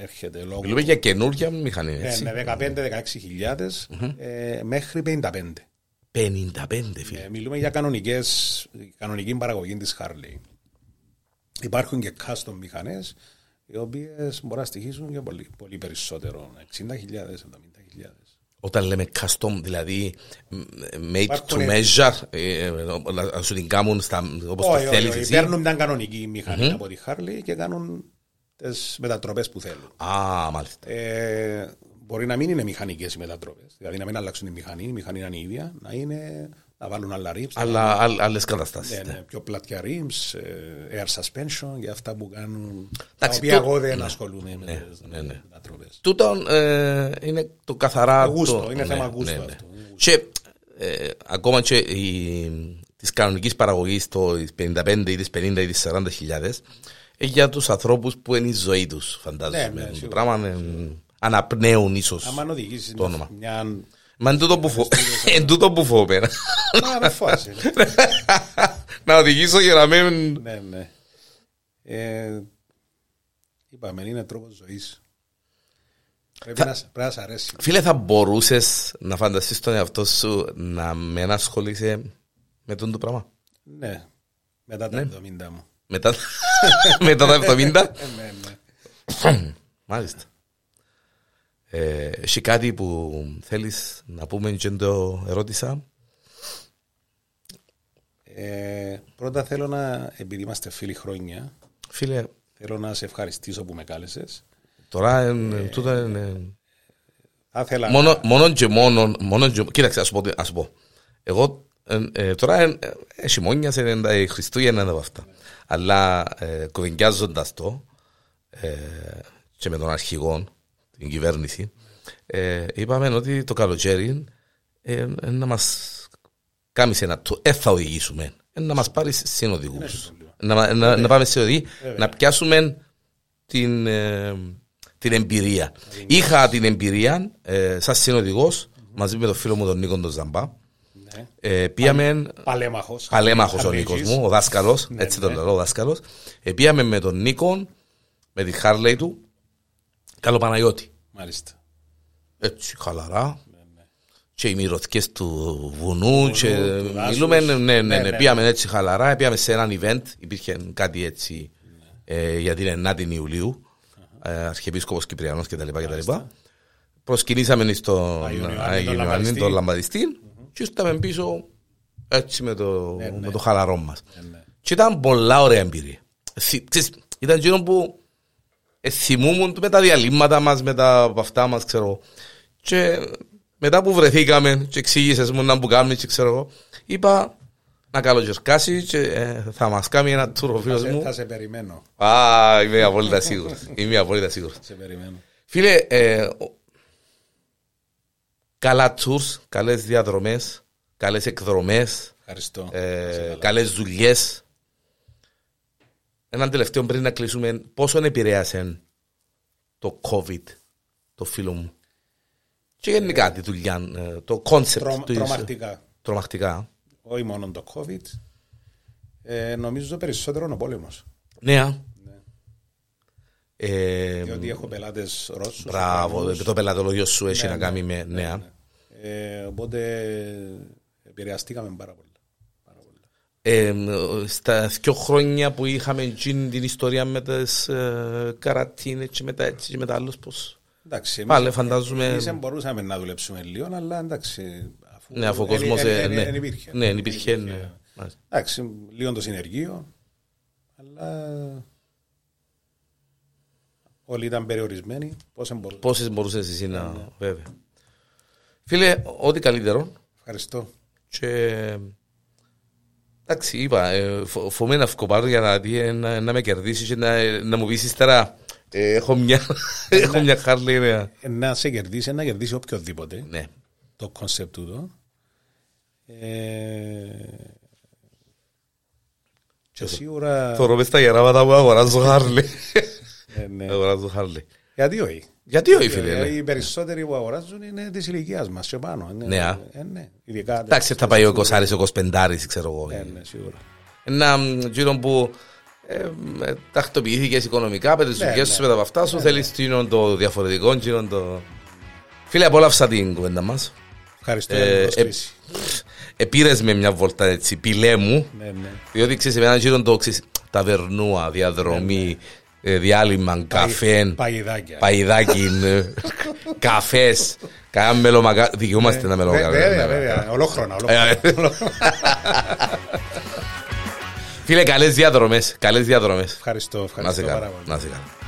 Speaker 2: έρχεται λόγω.
Speaker 1: Μιλούμε για καινούργια μηχανή,
Speaker 2: Ναι,
Speaker 1: έτσι.
Speaker 2: με 15-16.000 ε, μέχρι 55.
Speaker 1: 55 φίλε.
Speaker 2: Ε, μιλούμε για κανονικές, κανονική παραγωγή της Harley. Υπάρχουν και custom μηχανές, οι οποίες μπορεί να στοιχίσουν για πολύ, πολύ περισσότερο, 60.000, 70.000.
Speaker 1: Όταν λέμε custom, δηλαδή μ, make
Speaker 2: Υπάρχουν
Speaker 1: to measure, ε, ε, να- να σου την κάνουν στα, όπως το
Speaker 2: Όχι, όχι,
Speaker 1: θέλεις
Speaker 2: όχι,
Speaker 1: εσύ.
Speaker 2: παίρνουν μια κανονική μηχανή από τη Harley και κάνουν τις μετατροπές που θέλουν.
Speaker 1: Α, μάλιστα.
Speaker 2: Ε, μπορεί να μην είναι μηχανικές οι μετατροπές. Δηλαδή να μην αλλάξουν τη μηχανή, η μηχανή να είναι η ίδια, να, είναι, να βάλουν άλλα ρίψ,
Speaker 1: Αλλά άλλ- άλλες καταστάσεις. ναι.
Speaker 2: Ε, πιο πλατιά ρίψ, ε, air suspension και αυτά που κάνουν. τα
Speaker 1: Εντάξει,
Speaker 2: οποία
Speaker 1: το-
Speaker 2: εγώ δεν ασχολούμαι με τις
Speaker 1: ναι, ναι.
Speaker 2: μετατροπές.
Speaker 1: Τούτον ε, είναι το καθαρά.
Speaker 2: Γούστο,
Speaker 1: το- Ναι,
Speaker 2: είναι θέμα γούστου αυτό.
Speaker 1: Και, ε, ακόμα και η, της κανονικής παραγωγής το τις 55 ή τις 50 ή τις 40 χιλιάδες ε, για τους ανθρώπους που είναι η ζωή τους φαντάζομαι.
Speaker 2: Ναι, ναι,
Speaker 1: το
Speaker 2: σίγουρα.
Speaker 1: πράγμα ε, αναπνέουν ίσως.
Speaker 2: Αν οδηγήσεις
Speaker 1: Το όνομα.
Speaker 2: μια.
Speaker 1: Μα εν
Speaker 2: Ναι,
Speaker 1: τούτο που φο- εν τούτο που φοβέρα.
Speaker 2: Μα με φάση.
Speaker 1: να οδηγήσω για να μην...
Speaker 2: ναι, ναι. Ε, είπαμε, είναι τρόπος ζωής. Πρέπει να, σ- πρέπει να σ' αρέσει.
Speaker 1: Φίλε, θα μπορούσες να φανταστείς τον εαυτό σου να μην ασχολείσαι με τον το πράγμα.
Speaker 2: Ναι. Μετά τα 70 μου.
Speaker 1: Μετά, μετά τα 70.
Speaker 2: Ε, ναι, ναι.
Speaker 1: Μάλιστα. Ε, έχει κάτι που θέλεις να πούμε και το ερώτησα.
Speaker 2: Ε, πρώτα θέλω να, επειδή είμαστε φίλοι χρόνια,
Speaker 1: Φίλε,
Speaker 2: θέλω να σε ευχαριστήσω που με κάλεσες.
Speaker 1: τώρα ε, τούτα είναι...
Speaker 2: Θα ήθελα
Speaker 1: Μόνο, μόνο και μόνο, μόνο και, κοίταξε, ας πω, τι- ας πω. Εγώ ε, ε, τώρα ε, ε, χειμώνιασε, ε, τα Χριστούγεννα είναι από αυτά. Αλλά ε, κοβεντιάζοντας το ε, και με τον αρχηγό, την κυβέρνηση, ε, είπαμε ότι το καλοκαίρι ε, ε, να μας κάνεις ένα του, ε, θα οδηγήσουμε, ε, να μας πάρεις συνοδηγούς. Να, μα- να, να πάμε σε οδηγή, να πιάσουμε την, ε, την εμπειρία. Είχα την εμπειρία ε, σαν συνοδηγός μαζί με τον φίλο μου τον Νίκο τον Ζαμπά.
Speaker 2: ναι.
Speaker 1: Ε, πήγαμε
Speaker 2: παλέμαχος.
Speaker 1: παλέμαχος ο Νίκος
Speaker 2: Χαλμίγης.
Speaker 1: μου, ο δάσκαλος,
Speaker 2: Ναι,
Speaker 1: έτσι
Speaker 2: ναι.
Speaker 1: τον λέω, ο δάσκαλος. Ε, πήγαμε με τον Νίκο, με τη Χάρλεϊ του, καλό Παναγιώτη.
Speaker 2: Μάλιστα.
Speaker 1: Έτσι, χαλαρά. Και οι μυρωδιές του βουνού. Και
Speaker 2: του δάσους.
Speaker 1: μιλούμε, ναι, ναι, ναι,
Speaker 2: Ναι,
Speaker 1: ναι.
Speaker 2: ναι.
Speaker 1: Πήγαμε έτσι χαλαρά. Πήγαμε σε ένα event. Υπήρχε κάτι έτσι ε, για την 9η Ιουλίου. Ε, Αρχιεπίσκοπος Κυπριανός κτλ. κτλ. Προσκυνήσαμε στον
Speaker 2: Άγιον Ιωάννη, ναι, τον
Speaker 1: Άγιο Ιωάννη
Speaker 2: Λαμπαδιστή.
Speaker 1: τον Λαμπαδιστή και ήρθαμε πίσω έτσι με το, με το χαλαρό μας.
Speaker 2: Ε, ναι.
Speaker 1: Και ήταν πολλά ωραία εμπειρία. Θυ- Ξέρεις, ήταν εκείνο που ε, θυμούμουν με τα διαλύματα μας, με τα από αυτά μας, ξέρω. Και μετά που βρεθήκαμε και εξήγησες μου να που κάνεις και ξέρω εγώ, είπα να καλοκαιρκάσει και ε, θα μας κάνει ένα tour ο φίλος
Speaker 2: Θα σε-
Speaker 1: μου.
Speaker 2: Ε, Θα σε περιμένω.
Speaker 1: Α, είμαι απόλυτα σίγουρος. Είμαι απόλυτα σίγουρος.
Speaker 2: Σε περιμένω.
Speaker 1: Φίλε, ε, ο- καλά tours, καλές διαδρομές, καλές εκδρομές
Speaker 2: Ευχαριστώ.
Speaker 1: Ε, καλές δουλειές. Έναν τελευταίο πριν να κλείσουμε, πόσο επηρέασε το COVID το φίλο μου. Και γενικά τη δουλειά, ε, το concept
Speaker 2: Τρο-
Speaker 1: του
Speaker 2: Τρομακτικά.
Speaker 1: Τρομακτικά.
Speaker 2: Όχι μόνο το COVID. Ε, νομίζω περισσότερο είναι ο πόλεμος.
Speaker 1: Ναι. α. Ε,
Speaker 2: Διότι έχω πελάτες Ρώσους.
Speaker 1: μπράβο, το πελατολογιο σου έχει
Speaker 2: Ναι,
Speaker 1: να
Speaker 2: ναι,
Speaker 1: κάνει με νέα.
Speaker 2: Ε, οπότε επηρεαστήκαμε πάρα πολύ. Πάρα πολύ.
Speaker 1: Ε, στα δύο χρόνια που είχαμε εκείνη την ιστορία με τις ε, καρατίνες και με τα έτσι και με τα άλλους πώς.
Speaker 2: Εντάξει, εμείς-
Speaker 1: Πάλι ε, φαντάζομαι.
Speaker 2: Εμείς δεν μπορούσαμε να δουλέψουμε λίγο, αλλά εντάξει, αφού αφού
Speaker 1: Ναι, αφού ο
Speaker 2: εν-
Speaker 1: κόσμος.
Speaker 2: εν- εν- εν-
Speaker 1: Ναι,
Speaker 2: εν υπήρχε.
Speaker 1: Ναι, εν υπήρχε.
Speaker 2: Εν
Speaker 1: ναι. Μάλιστα.
Speaker 2: Εντάξει, λίγο το συνεργείο, αλλά όλοι ήταν περιορισμένοι. Πώς εμπορούν.
Speaker 1: Πόσες μπορούσες εσύ να. Βέβαια. Φίλε, ό,τι καλύτερο.
Speaker 2: Ευχαριστώ.
Speaker 1: Και. Εντάξει, είπα, ε, φο- φοβούμαι να φκοπάρω για να, δει, ε, να, να με κερδίσεις και να, ε, να μου πεις ύστερα. ε, έχω μια, έχω μια χάρλη. Ναι.
Speaker 2: Ε, Να σε κερδίσει, να κερδίσει οποιοδήποτε
Speaker 1: ναι.
Speaker 2: το κόνσεπτ τούτο. Ε, και σίγουρα.
Speaker 1: Θωρώ μες τα γεράματα που αγοράζω χάρλη.
Speaker 2: ε, ναι.
Speaker 1: αγοράζω χάρλη.
Speaker 2: Γιατί όχι.
Speaker 1: Γιατί όχι,
Speaker 2: Ε,
Speaker 1: φίλε. ναι.
Speaker 2: Οι περισσότεροι που αγοράζουν είναι της ηλικίας μας και πάνω.
Speaker 1: Ναι, α.
Speaker 2: Ε, ναι. Ειδικά.
Speaker 1: Εντάξει, θα πάει ο 20 ο 25 ξέρω εγώ.
Speaker 2: Ε, ναι, σίγουρα.
Speaker 1: ένα μ, γύρο που ε, ε, τακτοποιήθηκες οικονομικά, πέτρες τις
Speaker 2: Ναι,
Speaker 1: δουλειές
Speaker 2: ναι.
Speaker 1: σου, μετά από αυτά σου, θέλεις γύρω το διαφορετικό, γύρω το... Φίλε, απόλαυσα την κουβέντα μας.
Speaker 2: Ευχαριστώ
Speaker 1: Ε,
Speaker 2: για την
Speaker 1: ε,
Speaker 2: προσκλήση.
Speaker 1: Επήρες με μια βόλτα έτσι, πηλέ μου,
Speaker 2: Ναι, ναι.
Speaker 1: διότι ξέρεις, εμένα γύρω το ξέρεις, ταβερνούα, διαδρομή,
Speaker 2: Ναι,
Speaker 1: ε, διάλειμμα, καφέ,
Speaker 2: Παγιδάκια.
Speaker 1: παϊδάκι, ε, καφές, κανένα μελομακα... δικαιούμαστε να
Speaker 2: Βε-
Speaker 1: μελομακάρουμε.
Speaker 2: Ναι. Βέβαια, βέβαια. Ολόχρονα. ολόχρονα.
Speaker 1: ναι, Ε, ε. Φίλε, καλές διαδρομές, καλές διαδρομές.
Speaker 2: Ευχαριστώ,
Speaker 1: Να σε
Speaker 2: ευχαριστώ πάρα
Speaker 1: καλά,
Speaker 2: πολύ.
Speaker 1: να σε καλά.